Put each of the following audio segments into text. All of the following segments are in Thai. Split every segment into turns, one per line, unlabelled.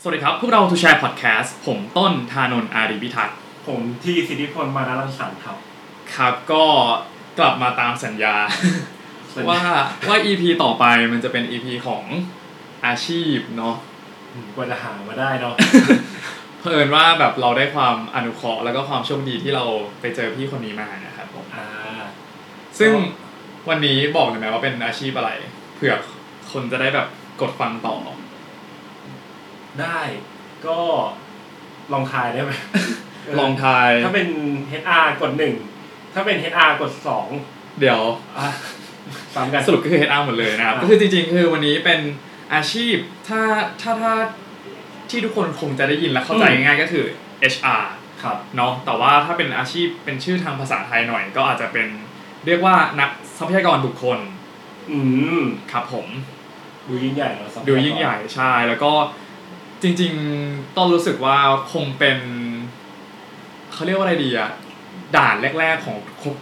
สวัสดีครับ พวกเราทูแชร์พอดแคสต์ผมต้นธานนท์อารีพิทักษ์
ผมที่สิทธิพลมานารังสรรค์ครับ
ครับก็กลับมาตามสัญญา ว่าว่า EP ต่อไปมันจะเป็น EP ของอาชีพเนาะ
กว่าจะหามาได้เนาะ
เผอิญว่าแบบเราได้ความอนุเคราะห์แล้วก็ความโชคดีที่เราไปเจอพี่คนนี้มานะครับผม
อ่า
ซึ่ง
ก็
วันนี้บอกเลยไหมว่าเป็นอาชีพอะไรเผื่อคนจะได้แบบกดฟังต่อ
ได้ก็ลองทายได้ไหม
ลองทาย
ถ้าเป็น HR กดหนึ่งถ้าเป็น HR กดสอง
เดี๋ยว
อ่ะสามกัน
สรุปก็คือ HR หมดเลยนะครับ
อ่า
ก็คือจริงๆ คือวันนี้เป็นอาชีพถ้าถ้าถ้าที่ทุกคนคงจะได้ยินและเข้าใจง่ายๆก็คือ HR
ครับ
เนาะแต่ว่าถ้าเป็นอาชีพเป็นชื่อทางภาษาไทยหน่อย ก็อาจจะเป็นเรียกว่านักทรัพยากรบุคคล
อืม
ครับผม
ดูยิ่งใหญ่เนาะสำหรับ
ดูยิ่งใหญ่ใช่แล้วก็จริงๆต้องรู้สึกว่าคงเป็นเขาเรียกว่าอะไรดีอะด่านแรก ๆ ของ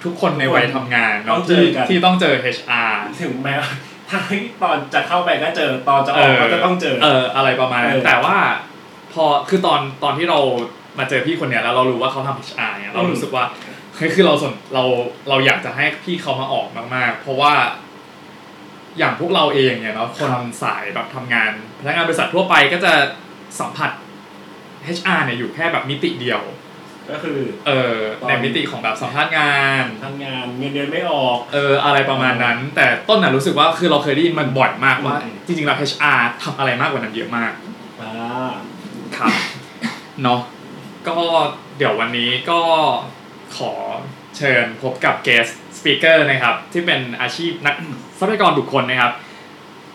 ทุกคนในวัยทำงานเนาะ
ต้องเจ
ที่
อกัน
ที่ต้องเจอ HR
ถึงแม้ว่าถ้าตอนจะเข้าไปก็เจอ ตอนจะออกก็จะต้องเจอ
เอออะไรประมาณนั้
เอน อ
แต่ว่าพอคือตอนตอนที่เรามาเจอพี่คนเนี้ยแล้วเรารู้ว่าเขาทำ HR เนี่ยเรา
อืม
รู้สึกว่าเฮ้ยคือเราสนเราเราอยากจะให้พี่เขามาออกมาก ๆ เพราะว่าอย่างพวกเราเองเนี่ยเนาะคนสายแบบทำงานพนักงานบริษัททั่วไปก็จะสัมผัส HR เนี่ยอยู่แค่แบบมิติเดียว
ก็คือ
เออในมิติของแบบสัมภาษณ์งาน
ทำงานเงินเดือนไม่ออก
เอออะไรประมาณนั้น แต่ต้นน่ะรู้สึกว่าคือเราเคยได้ยินมันบ่อยมากว่า
อืม
จริงๆแล้ว HR ทำอะไรมากกว่านั้นเยอะมาก
อ่า
ครับ เนาะก็เดี๋ยววันนี้ก็ขอเชิญพบกับ guest speaker นะครับ ที่เป็นอาชีพนัก ทรัพยากรบุคคลนะครับ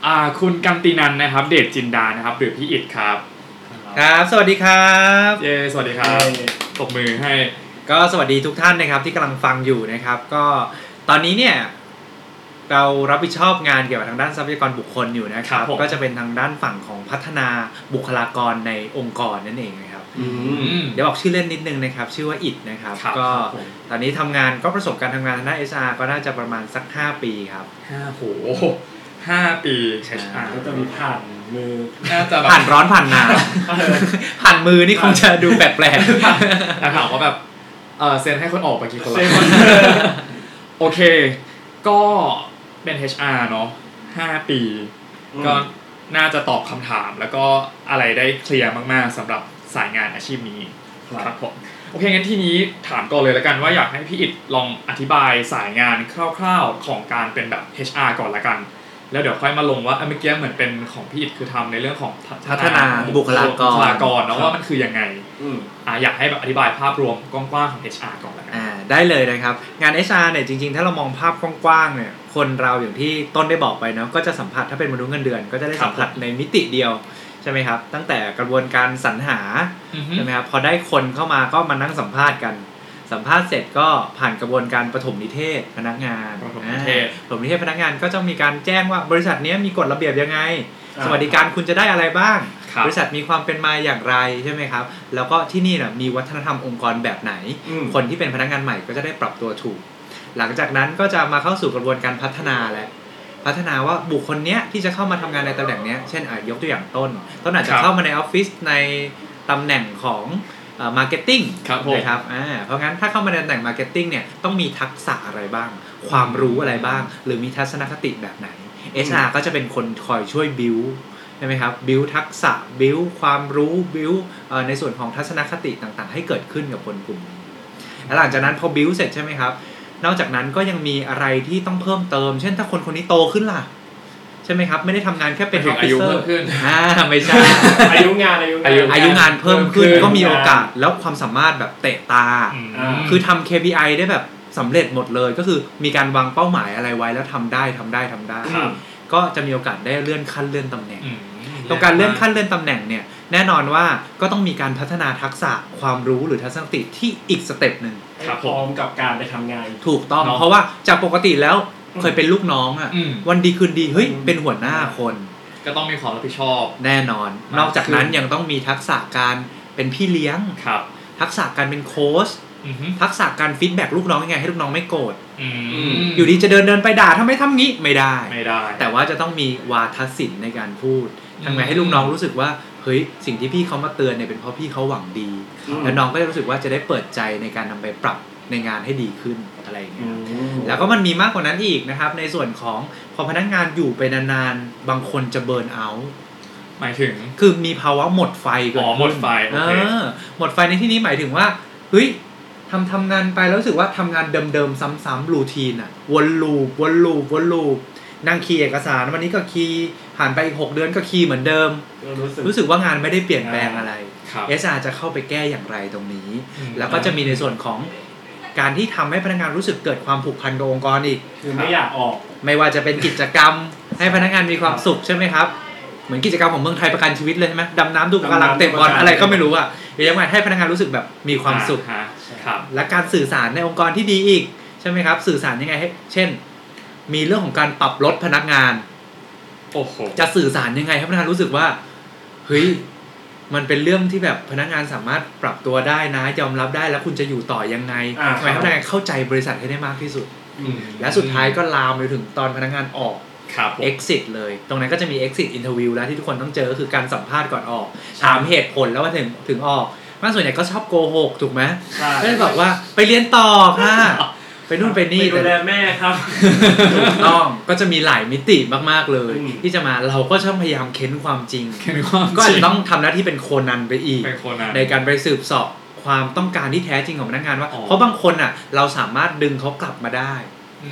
อ่าคุณกันตินันนะครับ เดชจินดานะครับ หรือพี่อิดครับ
ครับ สวัสดีครับ
เย้สวัสดีครับตบมือให้
ก็สวัสดีทุกท่านนะครับที่กำลังฟังอยู่นะครับ ก็ตอนนี้เนี่ยเรารับผิดชอบงานเกี่ยวกับทางด้านทรัพยากรบุคคลอยู่นะค
ค
รั
รับ บผม
ก็จะเป็นทางด้านฝั่งของพัฒนาบุคลากรในองค์กรนั่นเองนะครับ
อื
อื
ม
ม
เดี๋ยวบอกชื่อเล่นนิดนึงนะครับ ชื่อว่าอิดนะครับ
ครับ
ก็
ครับผม
ตอนนี้ทำงานก็ประสบการณ์ทำงานทางด้าน HR ก็น่าจะประมาณสัก 5 ปีครับ
ห้าโหห้าปีใช่ไหม
ก็จะมีผ่านมือ
น่าจะแบบ
ผ่านร้อนผ่านห นาวผ่านมือนี่คงจะดูแปลก
แต่ถามว่าแบบเออเซ็นให้คนออกไปกี่คนละ
เซ็นคน
โอเค ก็เป็น HR เนาะห้าปี
อืม
ก็น่าจะตอบคำถามแล้วก็อะไรได้เคลียร์มากๆสำหรับสายงานอาชีพนี้
ครับ
ครับผมโอเคงั้นทีนี้ถามก่อนเลยละกันว่าอยากให้พี่อิดลองอธิบายสายงานคร่าวๆของการเป็นแบบ HR ก่อนละกัน แล้วเดี๋ยวค่อยมาลงว่าอ่ะเมื่อกี้เหมือนเป็นของพี่อิดคือทำในเรื่องของ
ๆพัฒนาบุคลากร
บุคลากรเนาะว่ามันคือยังไง
อืม
อ่ะอยากให้แบบอธิบายภาพรวมกว้างๆของ HR ก่อนละกัน
อ่าได้เลยนะครับ งาน HR เนี่ยจริงๆ ถ้าเรามองภาพกว้างๆเนี่ยคนเราอย่างที่ต้นได้บอกไปเนาะก็จะสัมผัสถ้าเป็นมนุษย์เงินเดือน ก็จะได้สัมผัสในมิติเดียวใช่ไหมครับ ตั้งแต่กระบวนการสรรหา
อือฮึ
ใช่ไหมครับพอได้คนเข้ามาก็มานั่งสัมภาษณ์กัน สัมภาษณ์เสร็จก็ผ่านกระบวนการปฐมนิเทศพนักงาน
ปฐมนิเทศ
อ่าปฐมนิเทศพนักงานก็จะมีการแจ้งว่าบริษัทเนี้ยมีกฎระเบียบยังไง
อ่า
สวัสดิการคุณจะได้อะไรบ้าง
ครับ
บริษัทมีความเป็นมาอย่างไรใช่ไหมครับ แล้วก็ที่นี่นะมีวัฒนธรรมองค์กรแบบไหน
อืม
คนที่เป็นพนักงานใหม่ก็จะได้ปรับตัวถูก หลังจากนั้นก็จะมาเข้าสู่กระบวนการพัฒนาแหละพัฒนาว่าบุคคลเนี้ยที่จะเข้ามาทำงานในตำแหน่งเนี้ยเช่นอ่ะยกตัวอย่างต้น ต้นอาจ
ค
จะ
รับ
เข้ามาในออฟฟิศในตำแหน่งของมาร์เก็ตติ้ง
ครับผม
นะครับอ่าเพราะงั้นถ้าเข้ามาในตำแหน่งมาร์เก็ตติ้งเนี่ยต้องมีทักษะอะไรบ้าง ความรู้อะไรบ้าง หรือมีทัศนคติแบบไหน HR ก็จะเป็นคนคอยช่วยบิว ใช่ไหมครับ บิวทักษะ บิวความรู้ บิวในส่วนของทัศนคติต่างๆ ให้เกิดขึ้นกับคนกลุ่มนี้แล้วหลังจากนั้นพอบิวเสร็จใช่ไหมครับ นอกจากนั้นก็ยังมีอะไรที่ต้องเพิ่มเติม เช่นถ้าคนคนนี้โตขึ้นล่ะ ใช่ไหมครับ ไม่ได้ทำงานแค่เป็น
ถึงอายุ
officer
เพิ่มขึ้น
อ่าไม่ใช่
อายุงานอายุ
อายุ
อายุงานเพิ่มขึ้น
เพิ่มขึ้น
ก็มีโอกาสแล้วความสามารถแบบเตะตา
อืม
คือทำ KPI ได้แบบสำเร็จหมดเลยก็คือมีการวางเป้าหมายอะไรไว้แล้วทำได้ทำได้ทำได้
ครับ
ก็จะมีโอกาสได้เลื่อนขั้นเลื่อนตำแหน่ง
อืม
ตรงการเลื่อนขั้นเลื่อนตำแหน่งเนี่ยแน่นอนว่าก็ต้องมีการพัฒนาทักษะความรู้หรือทัศนคติที่อีกสเต็ปหนึ่ง
ครับ
พร้อมกับการไปทำงาน
ถูกต้อง
เนาะ
เพราะว่าจากปกติแล้ว
อืม
เคยเป็นลูกน้องอะ
อืม
วันดีคืนดีเฮ้ย
อืม
เป็นหัวหน้าคน
ก็ต้องมีความรับผิดชอบ
แน่นอน นอกจากนั้น
คือ
ยังต้องมีทักษะการเป็นพี่เลี้ยง
ครับ
ทักษะการเป็นโค้ช
อือฮึ
ทักษะการฟีดแบ็กลูกน้องยังไงให้ลูกน้องไม่โกรธ
อืม
ม
อยู่ดีจะเดินเดินไปด่าทำไมทำงี้ไม่ได้
ไม่ได้
แต่ว่าจะต้องมีวาทศิลป์ในการพูดทำไงให้ลูกน้องรู้สึกว่า เฮ้ยสิ่งที่พี่เขามาเตือนเนี่ยเป็นเพราะพี่เขาหวังดี
อืม
แล้วน้องก็จะรู้สึกว่าจะได้เปิดใจในการนำไปปรับในงานให้ดีขึ้นอะไรอย่างเงี้ย แล้วก็มันมีมากกว่านั้นอีกนะครับ ในส่วนของพอพนักงานอยู่ไปนานๆ บางคนจะเบิร์นเอาท์
หมายถึง
คือมีภาวะหมดไฟเกิด
อ๋อ
ขึ้น
หมดไฟโอเค
อหมดไฟในที่นี้หมายถึงว่าเฮ้ยทำทำงานไปแล้วรู้สึกว่าทำงานเดิมๆ ซ้ำๆรูทีนอะวนลูปวนลูปวนลูปนั่งคีย์เอกสารวันนี้ก็คีย์ผ่านไปอีกหกเดือนก็คีย์เหมือนเดิม
รู้สึก
รู้สึกว่างานไม่ได้เปลี่ยนแปลงอะไร
ครับ
SR จะเข้าไปแก้อย่างไรตรงนี้
อืม
แล้วก็จะมีในส่วนของการที่ทำให้พนักงานรู้สึกเกิดความผูกพันกับองค์กรอีก
คือไม่อยากออก
ไม่ว่าจะเป็นกิจกรรม ให้พนักงานมีความสุขใช่ไหมครับ เหมือนกิจกรรมของเมืองไทยประกันชีวิตเลยใช่ไหมดำน้ำดูปะการังเตะบอลอะไรก็ไม่รู้อะเดี๋ยวยังไงให้พนักงานรู้สึกแบบมีความสุข
อ่ฮะครับ
และการสื่อสารในองค์กรที่ดีอีกใช่ไหมครับ สื่อสารยังไงให้เช่น มีเรื่องของการปรับลดพนักงาน
โอ้โห
จะสื่อสารยังไงให้พนักงานรู้สึกว่าเฮ้ยมันเป็นเรื่องที่แบบพนักงานสามารถปรับตัวได้นะยอมรับได้แล้วคุณจะอยู่ต่อยังไง
อ่า
ทำไมให้
ครับ
พนักงานเข้าใจบริษัทให้ได้มากที่สุด
อืม
และสุดท้ายก็ลามไปถึงตอนพนักงานออก
ครับผม
exit เลย ตรงนั้นก็จะมี exit interview แล้วที่ทุกคนต้องเจอก็คือการสัมภาษณ์ก่อนออก ถามเหตุผลแล้วว่าถึงถึงออกมากส่วนใหญ่ก็ชอบโกหกถูกไหม
ใช่
ก็เลยบอกว่าไปเรียนต่อค่ะ ไปนู่นไปนี่
ไปดู
แต่
แลแม่ครับ
ถูกต้องก็จะมีหลายมิติมาก ๆ เลย
อืม
ที่จะมาเราก็ต้องพยายามเค้นความจริง
เห็นความ
ก็อาจ
ริ
จะต้องทำหน้าที่เป็นโคนันไปอีก
เป็นคนนั้น
ในการไปสืบเสอบความต้องการที่แท้จริงของพนักงานว่า
อ๋อ
เพราะบางคนอ่ะ เราสามารถดึงเขากลับมาได้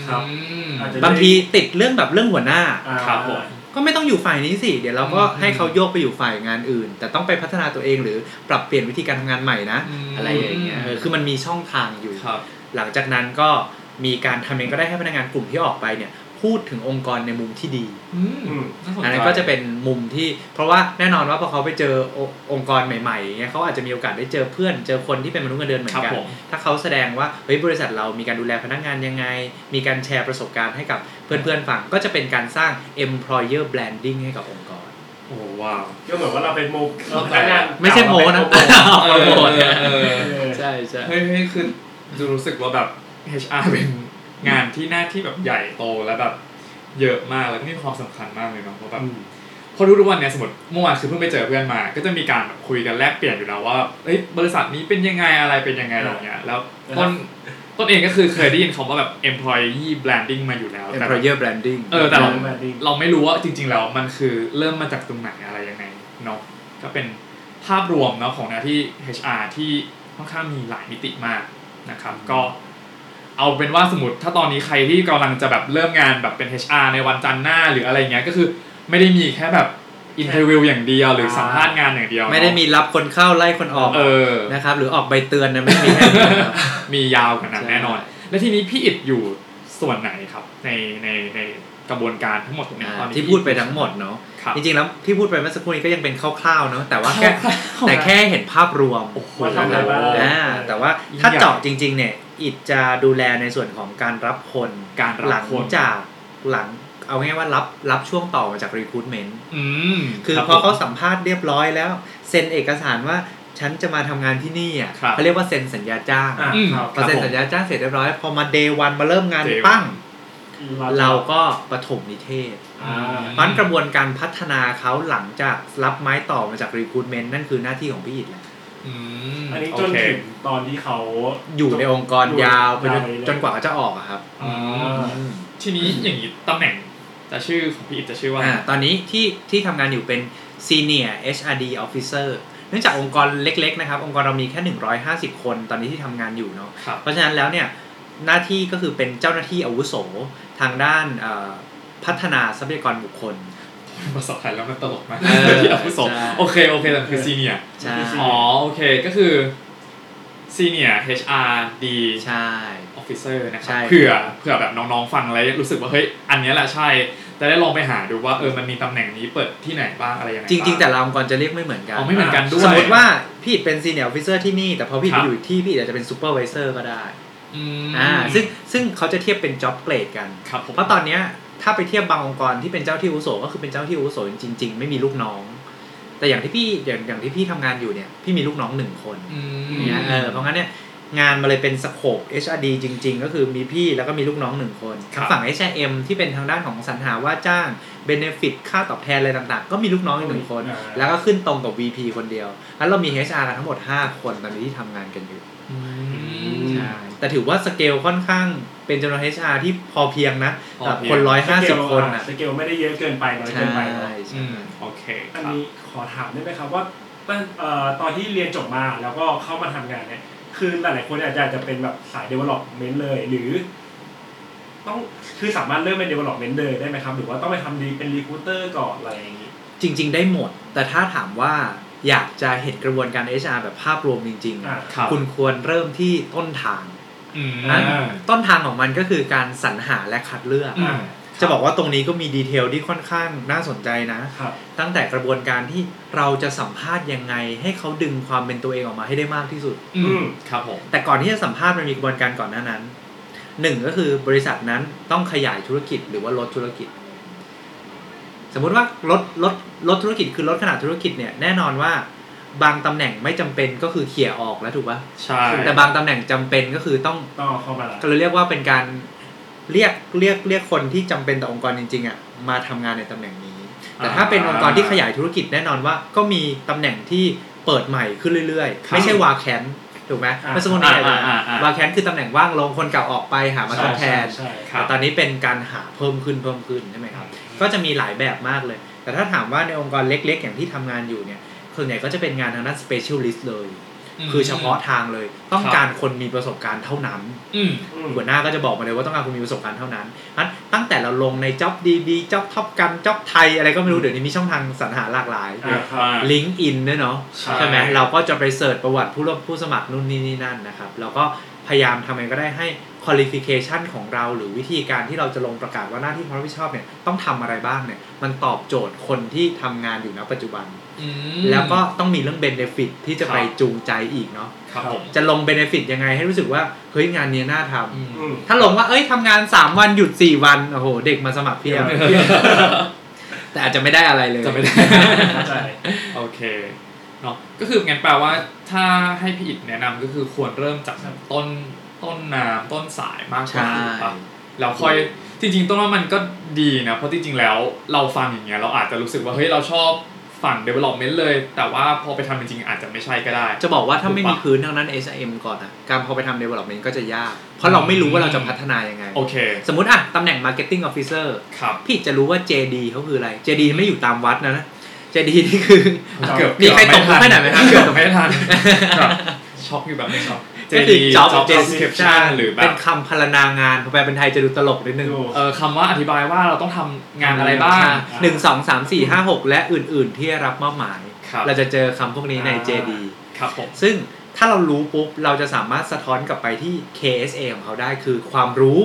ครับ อาจจะ
บางทีติดเรื่องแบบเรื่องหัวหน้า
อ่า
ครับผม
ก็ไม่ต้องอยู่ฝ่ายนี้สิ เดี๋ยวเราก็
อืม
ให้เขาโยกไปอยู่ฝ่ายงานอื่น แต่ต้องไปพัฒนาตัวเองหรือปรับเปลี่ยนวิธีการทำงานใหม่นะ
อืม
อะไรอย่างเงี้ยเออคือมันมีช่องทางอยู่
ครับ
หลังจากนั้นก็มีการทำเองก็ได้ให้พนักงานกลุ่มที่ออกไปเนี่ยพูดถึงองค์กรในมุมที่ดี
อืมาสใจ
อันนั้นก็จะเป็นมุมที่ เพราะว่าแน่นอนว่าพอเขาไปเจอโอองค์กรใหม่ๆอย่างเงี้ยเขาอาจจะมีโอกาสได้เจอเพื่อนเจอคนที่เป็นมนุษย์เงินเดือนเหมือ
ครับ
นกัน
ผม
ถ้าเขาแสดงว่าเฮ้ยบริษัทเรามีการดูแลพนักงานยังไง มีการแชร์ประสบการณ์ให้กับเพื่อนๆฟังก็จะเป็นการสร้าง employer branding ให้กับองค์กร
โอ้ว้าว
ก็เหมือนว่าเราเป็นโม
เข้าใจ
พนักงาน
ไม่ใช่โมนะ
เราเป็โม
เอาหมด
เออเออเอ
เอ
อ
อ
ใช่ใช่
เฮ้ยเฮ้ยคือดูรู้สึกว่าแบบ HR เป็นงานที่หน้าที่แบบใหญ่โตและแบบเยอะมากแล้วก็มีความสำคัญมากเลยเนาะเพราะแบบ เพราะทุกๆวันเนี่ยสมมติเมื่อวานคือเพิ่งไปเจอเพื่อนมา ก็จะมีการแบบคุยกันแลกเปลี่ยนอยู่แล้วว่าเอ้ยบริษัทนี้เป็นยังไงอะไรเป็นยังไงอะไรอย่างเงี้ยแล้วต้นต้นเองก็คือเคยได้ยินคำว่าแบบ employee branding มาอยู่แล้วแต่
employer branding
เออแต่เรา
employee branding
เราไม่รู้ว่าจริง ๆ แล้วมันคือเริ่มมาจากตรงไหนอะไรยังไงเนาะก็เป็นภาพรวมเนาะของหน้าที่ HR ที่ค่อนข้างมีหลายมิติมากนะครับ ก็ เอาเป็นว่าสมมติถ้าตอนนี้ใครที่กำลังจะแบบเริ่มงานแบบเป็น HR ในวันจันทร์หน้าหรืออะไรเงี้ยก็คือไม่ได้มีแค่แบบอินเทอร์วิวอย่างเดียวหรือสัมภาษณ์งานอย่างเดียวเนอะ
ไม่ได้มีรับคนเข้าไล่คนออก
เออ
นะครับ หรือออกใบเตือนนะไม่มีแค่นี้นะครับ
มียาวขนาด
ใช่
แน่นอน และทีนี้พี่อิดอยู่ส่วนไหนครับ ในในในกระบวนการทั้งหมดตรงนี้
อ่า
ตอนนี้
ที่พูดไปทั้งหมดเนาะ
ครับ
จริงๆแล้วที่ พูดไปเมื่อสักครู่นี้ก็ยังเป็นคร่าวๆเนาะแต่ว่าแค่
คร่าวๆ
แต่แค่เห็นภาพรวม
โอ้โห
ว่าทำอะไรบ้าง
อ่าแต่ว่า
ยิ่ง
ถ้า
ใหญ่
เจาะจริง ๆ เนี่ยอิดจะดูแลในส่วนของการรับคน
การรับคน
หลังจากหลังเอาง่ายๆว่ารับรับช่วงต่อมาจาก recruitment
อืม
คือ
รับ
พอเขา
ผม
สัมภาษณ์เรียบร้อยแล้ว เซ็นเอกสารว่าฉันจะมาทำงานที่นี่อ่ะ
ครับ
เขาเรียกว่าเซ็นสัญญาจ้าง
อ่ะ
อืม
ครับ
พอเซ็นสัญญาจ้างเสร็จเรียบร้อยพอมา day one มาเริ่มงาน
day one
ปั้งเรา
จะ
ก็ปฐมนิเทศ
อ่า
เพราะฉะนั้นกระบวนการพัฒนาเขาหลังจากรับไม้ต่อมาจาก recruitment นั่นคือหน้าที่ของพี่อิดแหละ
อืม
อันนี้จน
โเค
ถึงตอนที่เขา
อยู่ในองค์กรยาวไปจน
ยาวเลย
จนกว่าเขาจะออกอะครับ
อ๋อ ทีนี้อย่างนี้ตำแหน่งจะชื่อของพี่อิดจะชื่อว่า
อ่าตอนนี้ที่ที่ทำงานอยู่เป็น senior HRD officer เนื่องจากองค์กรเล็ก ๆ นะครับ องค์กรเรามีแค่ 150 คนตอนนี้ที่ทำงานอยู่เนาะ
ครับ
เพราะฉะนั้นแล้วเนี่ยหน้าที่ก็คือเป็นเจ้าหน้าที่อาวุโสทางด้านเอ่อพัฒนาทรัพยากรบุคคล
ภาษาไทยแล้วมันตลกมาก
เออ
ที่อาวุโส
ใช่
โอเค โอเคแต่คือซีเนีย
ใช่
อ๋อ โอเค ก็คือซีเนีย HRD
ใช่
ออฟฟิเซอร์นะครั
ใช่
บเผื่อเผื่อแบบน้องๆฟังแล้วรู้สึกว่าเฮ้ยอันเนี้ยแหละใช่จะได้ลองไปหาดูว่าเออมันมีตำแหน่งนี้เปิดที่ไหนบ้างอะไรยังไง
จริง ๆ แต่
บ้า
ละองค์กรจะเรียกไม่เหมือนกัน
อ๋อไม่เหมือนกันด้ว
ส
ย
มมติว่าพี่อิฐเป็นซีเนียร์ฟิเซอร์ที่นี่ แต่พอพี่อิฐ
ครับ
ไปอยู่อีกที่พี่อิฐอาจจะเป็นซูเปอร์วิเซอร์ก็ได้
อืม
อ่าซึ่งซึ่งเขาจะเทียบเป็นจ็อบเกรดกัน
ครับผม
เพราะตอนเนี้ยถ้าไปเทียบบางองค์กรที่เป็นเจ้าที่อาวุโสก็คือเป็นเจ้าที่อาวุโสจริง ๆ ไม่มีลูกน้อง แต่อย่างที่พี่อย่างอย่างที่พี่ทำงานอยู่เนี่ยพี่มีลูกน้องหนึ่งคน
อืม
อย่างเงี้ยเออเพราะงั้นเนี่ย งานมาเลยเป็นสโคป HRD จริง ๆ ก็คือมีพี่แล้วก็มีลูกน้องหนึ่งคน
ครับ
ฝั่ง H&M ที่เป็นทางด้านของสรรหาว่าจ้าง Benefit ค่าตอบแทนอะไรต่างๆ ก็มีลูกน้องอีกหนึ่งคน
อ่า
แล้วก็ขึ้นตรงกับ VP คนเดียว แล้วเรามี HR กันทั้งหมด 5 คนตอนนี้ที่ทำงานกันอยู่
อืม
ใช่ แต่ถือว่าสเกลค่อนข้างเป็นจำนวน HR ที่พอเพียงนะ
พอ
กับ
เพียง
คนร้อยห้าสิบคน
อ่ะ
อ่ะ
สเกลไม่ได้เยอะเกินไปน้อย
ใช่
เกินไปเนอะ
ใช่
อืมโอเคค
อัน
รับ
นี้ขอถามได้ไหมครับว่าตั้งเอ่อตอนที่เรียนจบมาแล้วก็เข้ามาทำงานเนี่ยคือหลายๆคนอาจจะเป็นแบบสาย development เลยหรือ ต้องคือสามารถเริ่มเป็น development เลยได้ไหมครับ หรือว่าต้องไปทำดีเป็น recruiter ก่อนอะไรอย่างนี้
จริง ๆ ได้หมด แต่ถ้าถามว่าอยากจะเห็นกระบวนการ HR แบบภาพรวมจริงๆ
อ่า
อะ
ครับ
คุณควรเริ่มที่ต้นทาง
อืม
อ่า ต้นทางของมันก็คือการสรรหาและคัดเลือก
อืม
จะบอกว่าตรงนี้ก็มีดีเทลที่ค่อนข้างน่าสนใจนะ
ครับ
ตั้งแต่กระบวนการที่เราจะสัมภาษณ์ยังไง ให้เขาดึงความเป็นตัวเองออกมาให้ได้มากที่สุด
อื
อื
ม
ม
ครับผม
แต่ก่อนที่จะสัมภาษณ์มันมีกระบวนการก่อนหน้านั้นหนึ่งก็คือบริษัทนั้นต้องขยายธุรกิจหรือว่าลดธุรกิจ สมมุติว่าลดลดลดธุรกิจคือลดขนาดธุรกิจเนี่ยแน่นอนว่า บางตำแหน่งไม่จำเป็นก็คือเขี่ยออกแล้วถูกปะ
ใช่
ใช่
แต่บางตำแหน่งจำเป็นก็คือต้อง
ต้องเอาเข้ามาละ
ก็เลยเรียกว่าเป็นการเรียกเรียกเรียกคนที่จำเป็นต่อองค์กรจริงๆอ่ะมาทำงานในตำแหน่งนี้ แต่ถ้าเป็นองค์กรที่ขยายธุรกิจแน่นอนว่า ก็มีตำแหน่งที่เปิดใหม่ขึ้นเรื่อยๆ ไม่ใช่วาแคนถูกไหมเมื่อสักครู่นี้
อ่าอ่าอ่า
บาร์แคนคือตำแหน่งว่างลงคนเก่าออกไปหามาทดแทน
ใช่
ครับ
ใช่
แต่ตอนนี้เป็นการหาเพิ่มขึ้นเพิ่มขึ้นใช่ไหมครับ ก็จะมีหลายแบบมากเลย แต่ถ้าถามว่าในองค์กรเล็กๆ อย่างที่ทำงานอยู่เนี่ยส่วนใหญ่ก็จะเป็นงานทางด้าน specialist เลย
ม
คือเฉพาะทางเลย ต้อง
ครับ
การคนมีประสบการณ์เท่านั้น
อืม
อืม
หัวหน้าก็จะบอกมาเลยว่าต้องการคนมีประสบการณ์เท่านั้นงั้นตั้งแต่เราลงใน job ดีๆ job top กัน job ไทยอะไรก็ไม่รู้เดี๋ยวนี้มีช่องทางสรรหาหลากหลาย
อ่า ครับ
ลิงก์อินด้วยเนาะ
ใช่
ใช่ไหมเราก็จะไปเสิร์ชประวัติผู้ร่วมผู้สมัครนู่นนี่นี่นั่นนะครับ แล้วก็พยายามทำไงก็ได้ให้ qualification ของเรา หรือวิธีการที่เราจะลงประกาศว่าหน้าที่ความรับผิดชอบเนี่ยต้องทำอะไรบ้างเนี่ย มันตอบโจทย์คนที่ทำงานอยู่ณปัจจุบัน
อืม
แล้วก็ต้องมีเรื่อง benefit ที่จะไป
ครับ
จูงใจอีกเนาะ
ครับผม
จะลง benefit ยังไงให้รู้สึกว่าเฮ้ยงานเนี้ยน่าทำ
อืม
อืม
ถ้าลงว่าเอ้ยทำงาน 3 วันหยุด 4 วันโอ้โหเด็กมาสมัครเพียบแต่อาจจะไม่ได้อะไรเลย
จะไม่ได้
เข้าใจ
โอเคเนาะก็คืองั้นแปลว่าถ้าให้พี่อิดแนะนำก็คือควรเริ่มจากต้นต้นน้ำต้นสายมากกว่า
ใช่
ถูกปะแล้วค่อยจริง ๆ ต้นว่ามันก็ดีนะ เพราะจริงๆแล้วเราฟังอย่างเงี้ยเราอาจจะรู้สึกว่าเฮ้ยเราชอบฝั่ง development เลย แต่ว่าพอไปทำจริงๆอาจจะไม่ใช่ก็ได้
จะบอกว่าถ้าไม่มี
ถูกปะ
พื้นทางนั้น SIM ก่อนอะการพอไปทำ development ก็จะยาก เพราะเราไม่รู้ว่าเราจะ
อืม
พัฒนายังไง
โอเค
สมมติอะตำแหน่ง marketing officer
ครับ
พี่จะรู้ว่า JD เขาคืออะไร JD ไม่อยู่ตามวัดนะนะ JD นี่คือ
เกือบ
มีใครตกให้หน่อยไหมครับ
เกือบไม่ทันแบบช็อกอยู่แบบไม่ช็อก
ก็คือ
JD
job
job description
description
หรือแบ
เป็
บ
นคำพรรณนางานพอแปลเป็นไทยจะดูตลกนิดนึง
ดู
เออคำว่าอธิบายว่าเราต้องทำงานอะไรบ้าง
หนึ่งสองสามสี่ห้าหกและอื่น ๆ ที่ได้รับมอบหมาย
ครับ
เราจะเจอคำพวกนี้ใน
อ่า
JD
ครับผม
ซึ่งถ้าเรารู้ปุ๊บ เราจะสามารถสะท้อนกลับไปที่ KSA ของเขาได้คือความรู้